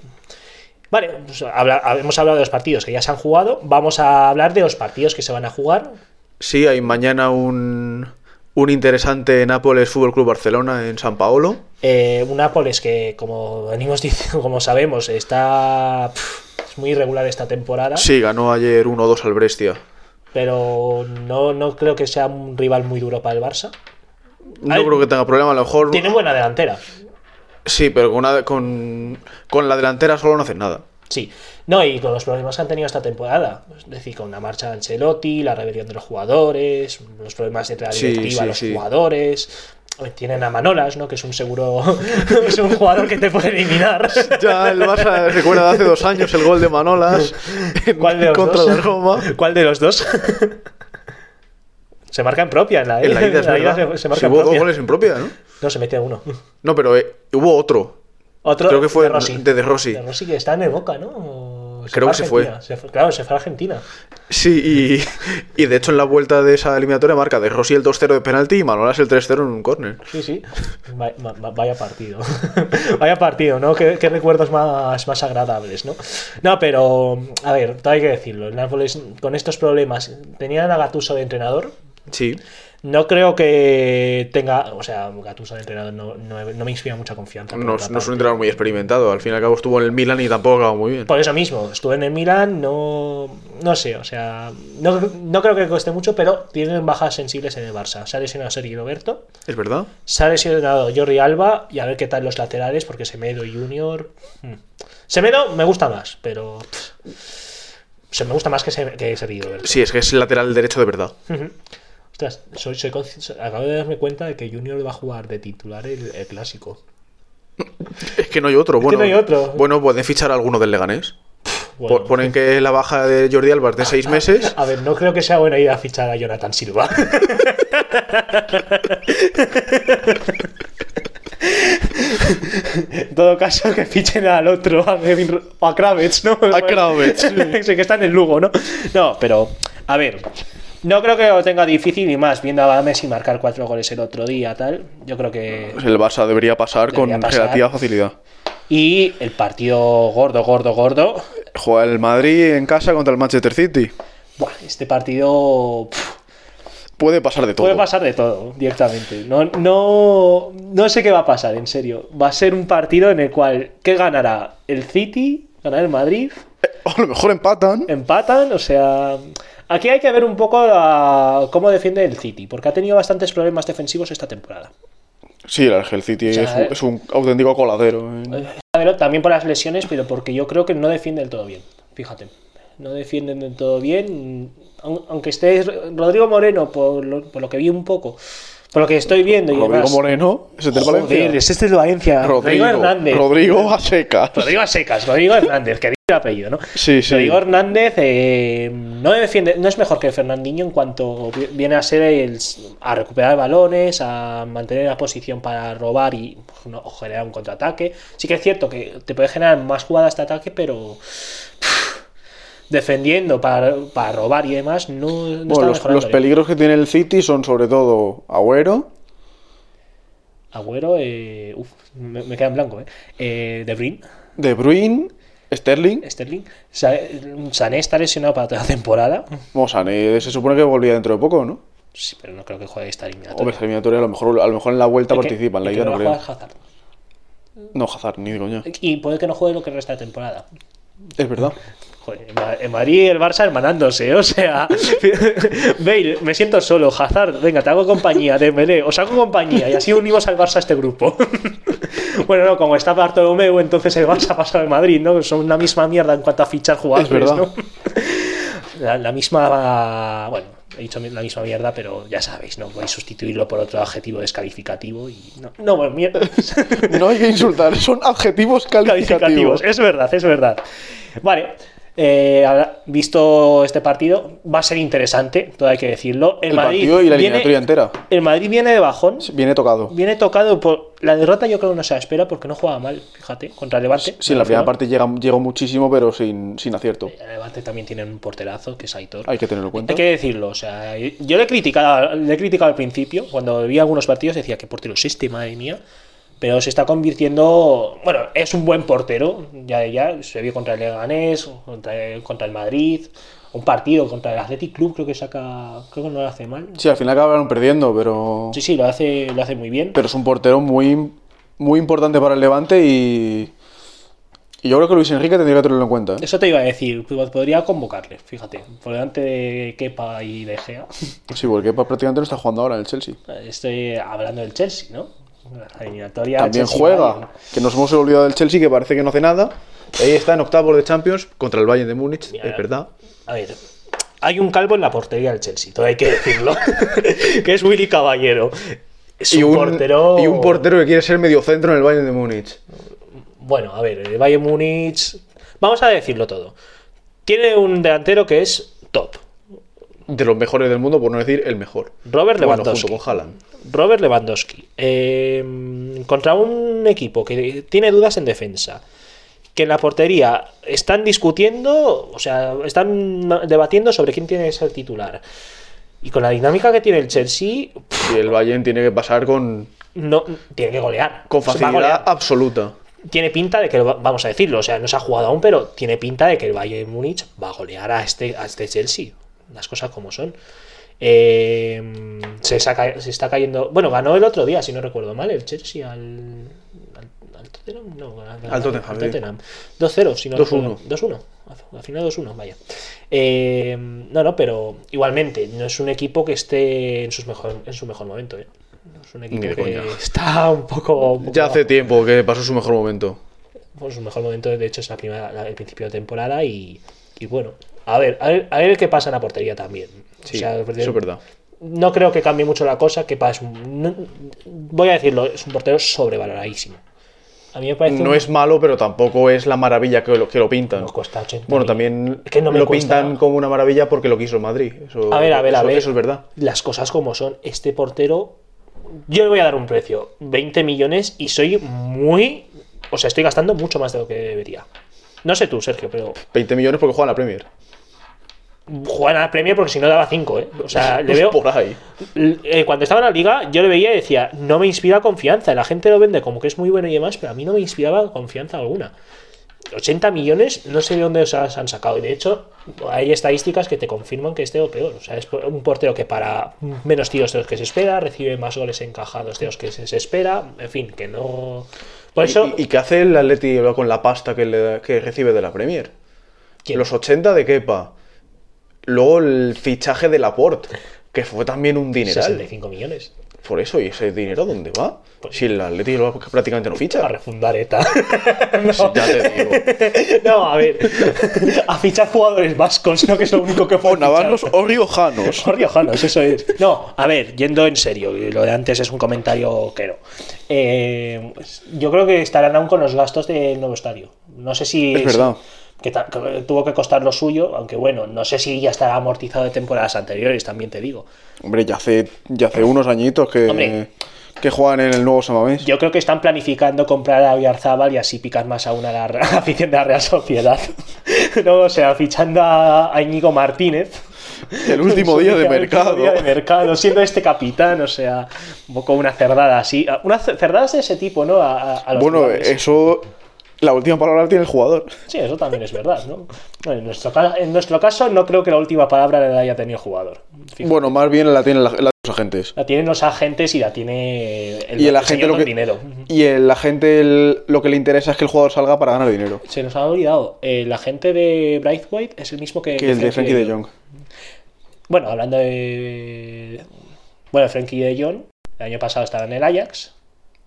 A: Vale, pues habla- hemos hablado de los partidos que ya se han jugado, vamos a hablar de los partidos que se van a jugar.
B: Sí, hay mañana un, un interesante Nápoles Fútbol Club Barcelona en San Paolo.
A: Eh, un Nápoles que, como venimos diciendo, como sabemos, está pf, es muy irregular esta temporada,
B: Sí, ganó ayer 1-2 al Brescia.
A: pero no, no creo que sea un rival muy duro para el Barça.
B: No
A: Ay.
B: creo que tenga problema, a lo mejor.
A: Tiene buena delantera.
B: Sí, pero con, una- con, con la delantera solo no hacen nada.
A: Sí, no, y con los problemas que han tenido esta temporada, es decir, con la marcha de Ancelotti, la rebelión de los jugadores, los problemas entre la
B: Sí,
A: directiva,
B: sí,
A: los
B: sí.
A: jugadores. Hombre, Tienen a Manolas, ¿no? Que es un seguro. es un jugador que te puede eliminar.
B: Ya el Barça recuerda de hace dos años el gol de Manolas en-
A: ¿Cuál de los
B: contra
A: dos?
B: la Roma.
A: ¿Cuál de los dos? se marca en propia en la,
B: En la ida, es verdad.
A: se, se marca
B: Sí,
A: en
B: hubo dos
A: propia.
B: goles en propia, ¿no?
A: No, se mete uno.
B: No, pero eh, hubo otro.
A: Otro
B: Creo que fue
A: de Rossi.
B: de De Rossi.
A: De Rossi que está en el Boca, ¿no? O
B: Creo
A: a
B: que se fue.
A: Argentina. Claro, se fue a Argentina.
B: Sí, y, y de hecho en la vuelta de esa eliminatoria marca de Rossi el 2-0 de penalti y Manolas el 3-0 en un córner.
A: Sí, sí. Va- va- va- Vaya partido. Vaya partido, ¿no? Qué, qué recuerdos más, más agradables, ¿no? No, pero, a ver, todo hay que decirlo. El Nápoles, con estos problemas, tenían a Gatuso de entrenador.
B: Sí.
A: No creo que tenga. O sea, Gatuso de entrenador no, no- no me inspira mucha confianza. por
B: No,
A: otra
B: es- no es un
A: parte.
B: entrenador muy experimentado. Al fin y al cabo estuvo en el Milan y tampoco acabó muy bien.
A: Por eso mismo, estuve en el Milan, no, no sé, o sea, no, no creo que cueste mucho, pero tienen bajas sensibles en el Barça. Se ha lesionado Sergio Roberto,
B: ¿Es verdad?
A: se ha lesionado Jordi Alba y a ver qué tal los laterales, porque Semedo y Junior. mm. Semedo me gusta más, pero. pff, se me gusta más que, se, que Sergio Roberto.
B: Sí, es que es lateral derecho de verdad.
A: Ujú. Ostras, soy, soy consci- so- acabo de darme cuenta de que Junior va a jugar de titular el, el clásico.
B: Es que no hay otro. Bueno,
A: no hay otro.
B: Bueno, pueden fichar a alguno del Leganés.
A: Bueno,
B: Po- Ponen que la baja de Jordi Alba es de seis meses.
A: A ver, no creo que sea buena idea fichar a Jonathan Silva. en todo caso, que fichen al otro, a, Kravets, a Kravitz, ¿no?
B: A Kravitz,
A: sí, que está en el Lugo, ¿no? No, pero, a ver, no creo que lo tenga difícil y más, viendo a Messi marcar cuatro goles el otro día, tal. Yo creo que
B: El Barça debería pasar
A: Debería
B: con
A: pasar.
B: relativa facilidad.
A: Y el partido gordo, gordo, gordo.
B: Juega el Madrid en casa contra el Manchester City.
A: Buah, este partido. pf,
B: Puede pasar de todo.
A: Puede pasar de todo, directamente. No, no, no sé qué va a pasar, en serio. Va a ser un partido en el cual, ¿qué ganará? ¿El City? ¿Ganará el Madrid?
B: O a lo mejor empatan.
A: empatan, o sea, aquí hay que ver un poco a cómo defiende el City, porque ha tenido bastantes problemas defensivos esta temporada.
B: Sí, el Argel City
A: sea,
B: es, un,
A: eh.
B: es un auténtico coladero. eh.
A: Pero también por las lesiones, pero porque yo creo que no defiende del todo bien, fíjate, no defienden del todo bien, Aun- aunque esté Rodrigo Moreno, por lo, por lo que vi un poco, por lo que estoy viendo y
B: Rodrigo
A: demás.
B: Moreno, es el del
A: Joder,
B: Valencia.
A: es este de Valencia.
B: Rodrigo,
A: Rodrigo Hernández.
B: Rodrigo a secas.
A: Rodrigo a secas, Rodrigo Hernández, que dice el apellido, ¿no?
B: Sí, sí.
A: Rodrigo Hernández eh, no defiende, no es mejor que Fernandinho en cuanto vi- viene a ser el, a recuperar balones, a mantener la posición para robar y pues, no, o generar un contraataque. Sí que es cierto que te puede generar más jugadas de ataque, pero pff, defendiendo para, para robar y demás no, no está
B: Bueno, los,
A: mejorando.
B: los peligros que tiene el City son sobre todo Agüero.
A: Agüero, eh, uf, me, me queda en blanco, ¿eh? eh De Bruyne.
B: De Bruyne, Sterling.
A: Sterling. Sa- Sané está lesionado para toda la temporada.
B: Bueno, Sané eh, se supone que volvía dentro de poco, ¿no?
A: Sí, pero no creo que juegue esta línea.
B: Hombre, esta eliminatoria a lo mejor, a lo mejor en la vuelta participan, la ida no creo. No, Hazard, ni de coña.
A: Y puede que no juegue lo que resta de temporada.
B: Es verdad.
A: Joder, en Ma- en Madrid y el Barça hermanándose, o sea, Bale, me siento solo, Hazard, venga, te hago compañía, Dembélé, os hago compañía y así unimos al Barça a este grupo. bueno, no, como está Bartolomeu, entonces el Barça pasa al Madrid, ¿no? Son la misma mierda en cuanto a fichar jugadores,
B: Es verdad.
A: ¿no? la, la misma, bueno, he dicho la misma mierda, pero ya sabéis, ¿no? Podéis sustituirlo por otro adjetivo descalificativo y no, no bueno, mierda.
B: No hay que insultar, son adjetivos calificativos.
A: calificativos. Es verdad, es verdad. Vale. eh, ahora, visto este partido, va a ser interesante, todo hay que decirlo. El,
B: El
A: Madrid
B: partido y la
A: viene-
B: eliminatoria entera.
A: El Madrid viene de bajón,
B: Viene tocado.
A: viene tocado por la derrota. Yo creo que no se la espera porque no juega mal, fíjate, contra el Levante.
B: Sí,
A: me
B: en la primera
A: refiero.
B: parte llega, llegó muchísimo, pero sin, sin acierto.
A: El Levante también tiene un porterazo que es Aitor.
B: Hay que tenerlo en cuenta.
A: Hay que decirlo, o sea, yo le he criticado, le he criticado al principio, cuando vi algunos partidos decía que portero es este, madre mía, pero se está convirtiendo, bueno, es un buen portero, ya ya se vio contra el Leganés, contra el, contra el Madrid, un partido contra el Athletic Club creo que saca, creo que no lo hace mal.
B: Sí, al final acabaron perdiendo, pero.
A: Sí, sí, lo hace lo hace muy bien.
B: Pero es un portero muy, muy importante para el Levante y. Y yo creo que Luis Enrique tendría que tenerlo en cuenta. ¿eh?
A: Eso te iba a decir, pues podría convocarle, fíjate, por delante de Kepa y de Gea.
B: Sí, porque pues, prácticamente no está jugando ahora en el Chelsea.
A: Estoy hablando del Chelsea, ¿no? La eliminatoria
B: También
A: Chelsea-
B: juega. Que nos hemos olvidado del Chelsea, que parece que no hace nada. Ahí está en octavos de Champions contra el Bayern de Múnich, es verdad.
A: A ver, hay un calvo en la portería del Chelsea, todo hay que decirlo. que es Willy Caballero. Es un, portero.
B: y un portero que quiere ser mediocentro en el Bayern de Múnich.
A: Bueno, a ver, el Bayern Múnich. Vamos a decirlo todo. Tiene un delantero que es top.
B: De los mejores del mundo, por no decir el mejor.
A: Robert
B: Bueno,
A: Lewandowski.
B: junto con Haaland.
A: Robert Lewandowski. Eh, contra un equipo que tiene dudas en defensa. Que en la portería están discutiendo, o sea, están debatiendo sobre quién tiene que ser titular. Y con la dinámica que tiene el Chelsea,
B: Y el Bayern tiene que pasar con,
A: no tiene que golear.
B: con
A: O sea, va a
B: facilidad
A: golear.
B: absoluta.
A: Tiene pinta de que, lo va- vamos a decirlo, o sea, no se ha jugado aún, pero tiene pinta de que el Bayern Múnich va a golear a este, a este Chelsea. Las cosas como son. Eh, se, saca- se está cayendo. Bueno, ganó el otro día, si no recuerdo mal, el Chelsea al. al- al Tottenham, no, al,
B: Al Tottenham, sí.
A: 2-0, si no
B: 2-1.
A: recuerdo. 2-1. Al final 2-1, vaya. Eh, no, no, pero igualmente, no es un equipo que esté en, sus mejor, en su mejor momento. ¿eh? No Es un equipo
B: Ni de
A: que
B: coña.
A: está un poco. un poco
B: Ya hace
A: abajo.
B: tiempo que pasó su mejor momento.
A: Bueno, su pues, mejor momento, de hecho, es la primera, la- el principio de temporada y, y bueno. A ver, a ver, a ver qué pasa en la portería también. O
B: Sí,
A: sea,
B: eso es verdad.
A: No creo que cambie mucho la cosa, que es un- no- voy a decirlo, es un portero sobrevaloradísimo. A mí me parece
B: No
A: un-
B: es malo, pero tampoco es la maravilla que lo, que lo pintan.
A: nos cuesta 80
B: Bueno,
A: mil.
B: también
A: Es que no me
B: lo
A: cuesta.
B: pintan como una maravilla porque lo quiso el Madrid. Eso,
A: A ver, a ver, a
B: eso-
A: ver.
B: Eso es verdad.
A: Las cosas como son, este portero yo le voy a dar un precio, 20 millones y soy muy, o sea, estoy gastando mucho más de lo que debería. No sé tú, Sergio, pero
B: 20 millones porque juega en la Premier.
A: juegan a la Premier porque si no daba 5, ¿eh? O sea, le veo
B: Pues Por ahí.
A: L- eh, cuando estaba en la liga, yo le veía y decía, no me inspira confianza. La gente lo vende como que es muy bueno y demás, pero a mí no me inspiraba confianza alguna. 80 millones, no sé de dónde se han sacado. Y de hecho, hay estadísticas que te confirman que este o peor. O sea, es un portero que para menos tiros de los que se espera, recibe más goles encajados de los que se espera. En fin, que no. Por eso.
B: ¿Y, y qué hace el Atleti con la pasta que, le- que recibe de la Premier?
A: ¿Quién?
B: Los 80 de Kepa. Luego el fichaje de Laporte, que fue también un dineral.
A: 65 millones.
B: Por eso, ¿y ese dinero dónde va?
A: Pues-
B: si el Atleti lo- prácticamente no
A: A
B: ficha.
A: refundar ETA.
B: Ya te digo.
A: no, a ver. A fichar jugadores vascos, no que es lo único que
B: O
A: puede
B: Pues navarros o riojanos.
A: Por riojanos, eso es. No, a ver, yendo en serio, y lo de antes es un comentario que no. Eh, pues, yo creo que estarán aún con los gastos del nuevo estadio. No sé si.
B: Es verdad.
A: Que, ta- que tuvo que costar lo suyo, aunque bueno, no sé si ya estará amortizado de temporadas anteriores, también te digo.
B: Hombre, ya hace, ya hace unos añitos que,
A: Hombre.
B: que juegan en el nuevo Samamés.
A: Yo creo que están planificando comprar a Oyarzábal y así picar más aún a una la afición de la Real Sociedad. no, o sea, fichando a, a Íñigo Martínez.
B: El último día de
A: El
B: mercado.
A: día de mercado, siendo este capitán, o sea, un poco una cerdada así. Ah, Una ce- cerdada de ese tipo, ¿no? A, a- a los
B: Bueno,
A: rivales.
B: eso. La última palabra la tiene el jugador.
A: Sí, eso también es verdad, ¿no? Bueno, en, nuestro, ca- en nuestro caso, no creo que la última palabra la haya tenido el jugador. Fijo.
B: Bueno, más bien la tienen la- la- los agentes.
A: La tienen los agentes y la tiene el,
B: Y el
A: el
B: agente
A: señor
B: lo
A: con
B: que.
A: dinero.
B: Y el agente el- lo que le interesa es que el jugador salga para ganar dinero.
A: Se nos ha olvidado, el agente de Braithwaite es el mismo que,
B: Que el de Frankie de Jong.
A: Bueno, hablando de. Bueno, Frankie de Jong, el año pasado estaba en el Ajax,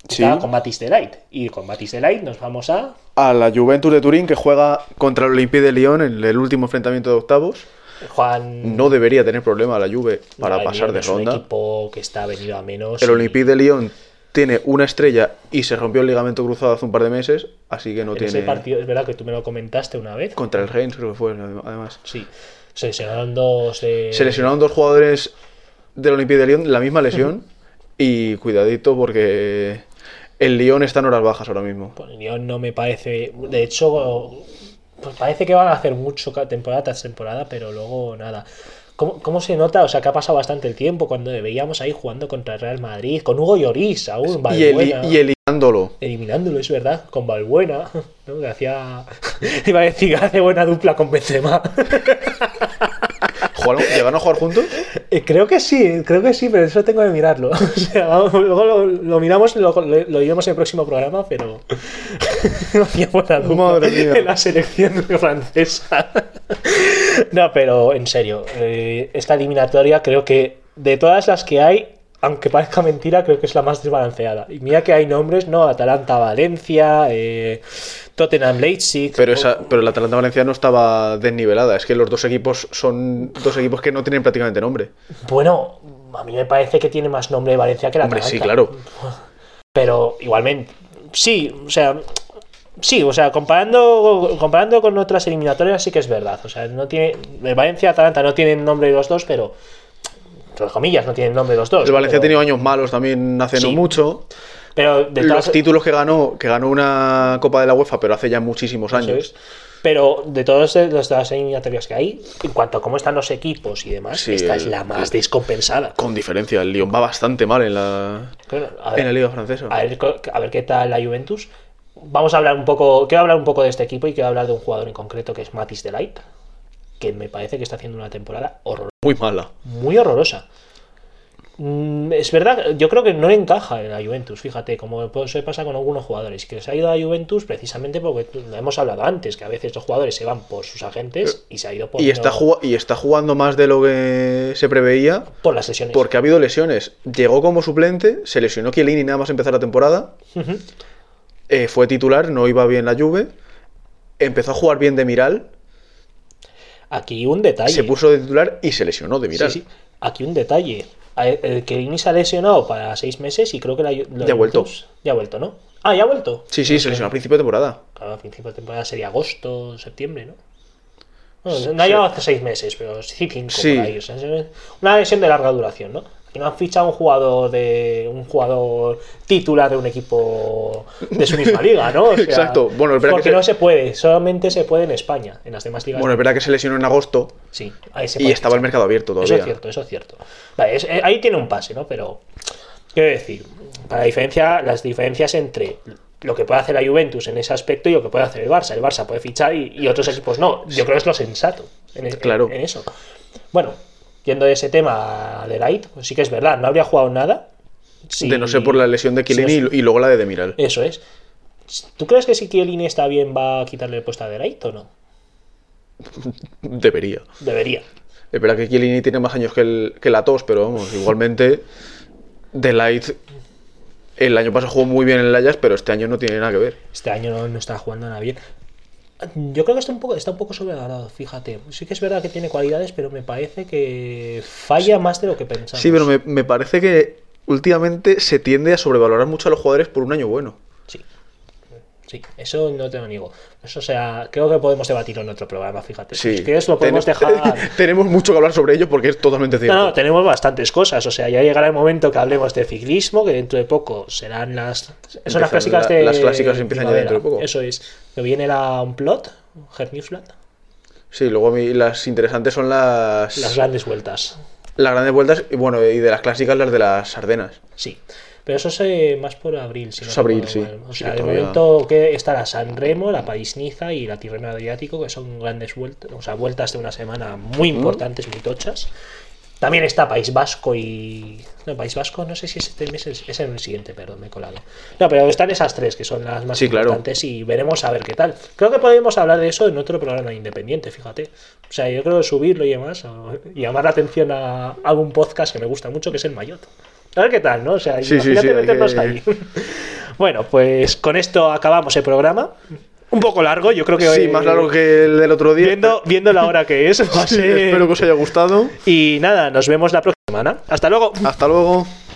B: Sí.
A: estaba con Matis de Light. Y con Matis de Light nos vamos a.
B: A la Juventus de Turín que juega contra el Olympique de Lyon en el último enfrentamiento de octavos.
A: Juan.
B: No debería tener problema la Juve para
A: Bayern
B: pasar de
A: es un
B: ronda.
A: equipo que está venido a menos.
B: El
A: y-
B: Olympique de Lyon tiene una estrella y se rompió el ligamento cruzado hace un par de meses, así que no
A: en
B: tiene.
A: ese partido, es verdad que tú me lo comentaste una vez.
B: Contra el Reims, creo que fue, además.
A: Sí. Se lesionaron dos. eh,
B: Se lesionaron dos jugadores del Olympique de Lyon, la misma lesión, y cuidadito porque el Lyon está en horas bajas ahora mismo.
A: Bueno, Pues, yo no me parece. De hecho, pues parece que van a hacer mucho ca- temporada tras temporada, pero luego nada. ¿Cómo, cómo se nota? O sea, que ha pasado bastante el tiempo cuando veíamos ahí jugando contra el Real Madrid, con Hugo Lloris aún,
B: Y, el,
A: Valbuena,
B: y eliminándolo.
A: eliminándolo, es verdad, con Valbuena, ¿no? que hacía. Iba a decir que hace buena dupla con Benzema.
B: ¿Jugaron- ¿Llegaron a jugar juntos?
A: Eh, Creo que sí, creo que sí, pero eso tengo que mirarlo. O sea, vamos, luego lo, lo miramos, lo, lo, lo diremos en el próximo programa, pero. no hacía buena dupla
B: Madre mía.
A: En la selección francesa. no, pero en serio, eh, esta eliminatoria creo que de todas las que hay. Aunque parezca mentira, creo que es la más desbalanceada. Y mira que hay nombres, ¿no? Atalanta, Valencia, eh, Tottenham, Leipzig.
B: Pero, esa, pero la Atalanta Valencia no estaba desnivelada. Es que los dos equipos son dos equipos que no tienen prácticamente nombre.
A: Bueno, a mí me parece que tiene más nombre Valencia que la
B: Hombre,
A: Atalanta.
B: sí, claro.
A: Pero igualmente, sí, o sea, sí, o sea, comparando, comparando con otras eliminatorias sí que es verdad. O sea, no tiene, el Valencia, Atalanta no tienen nombre los dos, pero, entre comillas, no tienen nombre los dos.
B: El Valencia
A: pero,
B: ha tenido años malos también hace no
A: Sí.
B: mucho.
A: pero de todas,
B: Los títulos que ganó, que ganó una Copa de la UEFA, pero hace ya muchísimos
A: eso es.
B: años.
A: Pero de todas las las eliminatorias que hay, en cuanto a cómo están los equipos y demás,
B: Sí,
A: esta
B: el-
A: es la más descompensada.
B: Con diferencia, el Lyon va bastante mal en la,
A: Claro, a ver.
B: en la Liga Francesa.
A: a ver, co- a ver qué tal la Juventus. Vamos a hablar un poco, quiero hablar un poco de este equipo y quiero hablar de un jugador en concreto que es Matis Delight, que me parece que está haciendo una temporada horror-
B: Muy mala.
A: muy horrorosa. Mm, Es verdad, yo creo que no le encaja en la Juventus, fíjate, como po- se pasa con algunos jugadores, que se ha ido a la Juventus precisamente porque tú- lo hemos hablado antes, que a veces los jugadores se van por sus agentes y se ha ido por,
B: Eh, Y está,
A: Pues no-
B: ju- y está jugando más de lo que se preveía
A: por las sesiones.
B: porque ha habido lesiones. Llegó como suplente, se lesionó Chiellini nada más empezar la temporada. Eh, fue titular, no iba bien la Juve. Empezó a jugar bien de Miral,
A: Aquí un detalle.
B: se puso de titular y se lesionó de Miral.
A: Sí, sí. Aquí un detalle. A- e, El Kelini se ha lesionado para seis meses y creo que la, la
B: Ya ha vuelto.
A: Juventus- Ya ha vuelto, ¿no? Ah, ya ha vuelto.
B: Sí, sí, se lesionó a principio de temporada.
A: Claro, a principio de temporada sería agosto, septiembre, ¿no? Bueno, no ha llegado hace seis meses, pero sí cinco
B: Sí.
A: por ahí. o sea, es una lesión de larga duración, ¿no? Aquí no han fichado un jugador de un jugador titular de un equipo de su misma liga, ¿no? O sea,
B: Exacto. Bueno, es verdad que
A: porque
B: se-
A: no se puede, solamente se puede en España, en las demás ligas.
B: Bueno, es
A: no.
B: verdad que se lesionó en agosto
A: sí, ahí se
B: y
A: puede
B: estaba el
A: fichar.
B: mercado abierto
A: Eso es
B: todavía.
A: cierto, eso es cierto. Vale, es- eh, ahí tiene un pase, ¿no? Pero, quiero decir, para la diferencia, las diferencias entre lo que puede hacer la Juventus en ese aspecto y lo que puede hacer el Barça. El Barça puede fichar y, y otros equipos no. Yo creo que es lo sensato en, e-
B: Claro.
A: en eso. Bueno, yendo de ese tema de Light, pues sí que es verdad, no habría jugado nada. si-
B: De no ser por la lesión de Kilini
A: si no es-
B: y, y luego la de Demiral.
A: Eso es. ¿Tú crees que si Kielini está bien va a quitarle el puesto a De Light o no?
B: Debería.
A: Debería.
B: Es verdad que Chiellini tiene más años que, el, que la tos, pero vamos, igualmente. The Light. El año pasado jugó muy bien en el Ajax, pero este año no tiene nada que ver.
A: Este año no, no está jugando nada bien. Yo creo que está un poco, está un poco sobrevalorado, fíjate. Sí que es verdad que tiene cualidades, pero me parece que falla más de lo que pensamos.
B: Sí, pero me, me parece que últimamente se tiende a sobrevalorar mucho a los jugadores por un año bueno.
A: Sí. Sí, eso no te lo niego. Eso o sea, creo que podemos debatirlo en otro programa, fíjate.
B: Sí.
A: Si quieres lo podemos
B: Ten-
A: dejar.
B: tenemos mucho que hablar sobre ello porque es totalmente
A: No,
B: cierto.
A: no, tenemos bastantes cosas. O sea, ya llegará el momento que hablemos de ciclismo, que dentro de poco serán las. Son las
B: Empiezan
A: clásicas
B: la-
A: de.
B: las clásicas empiezan ya
A: primavera.
B: dentro de poco.
A: Eso es. Que viene la Unplot, Hermiflat,
B: Sí, luego a mí las interesantes son
A: las
B: las, las
A: grandes vueltas.
B: grandes vueltas y bueno, y de las clásicas las de las Ardenas.
A: Sí. Pero eso es eh, más por abril. Si
B: Eso
A: no
B: es abril,
A: recuerdo mal.
B: sí.
A: O
B: Sí,
A: sea,
B: que
A: de
B: todavía-
A: momento que está la San Remo, la París-Niza y la Tirreno Adriático, que son grandes vueltas, o sea, vueltas de una semana muy importantes, muy tochas. También está País Vasco y. No, País Vasco, no sé si es este mes, es es en el siguiente, perdón, me he colado. No, pero están esas tres que son las más
B: Sí, claro.
A: importantes y veremos a ver qué tal. Creo que podemos hablar de eso en otro programa independiente, fíjate. O sea, yo creo que subirlo y demás, o- y llamar la atención a algún podcast que me gusta mucho, que es el Mayot. A ver qué tal, ¿no? O sea,
B: Sí, sí, sí,
A: imagínate
B: hay que-
A: meternos ahí. bueno, pues con esto acabamos el programa. Un poco largo, yo creo que.
B: Sí,
A: eh,
B: más largo que el del otro día.
A: Viendo, viendo la hora que es, va a
B: Sí,
A: ser-
B: Espero que os haya gustado.
A: Y nada, nos vemos la próxima semana. Hasta luego.
B: Hasta luego.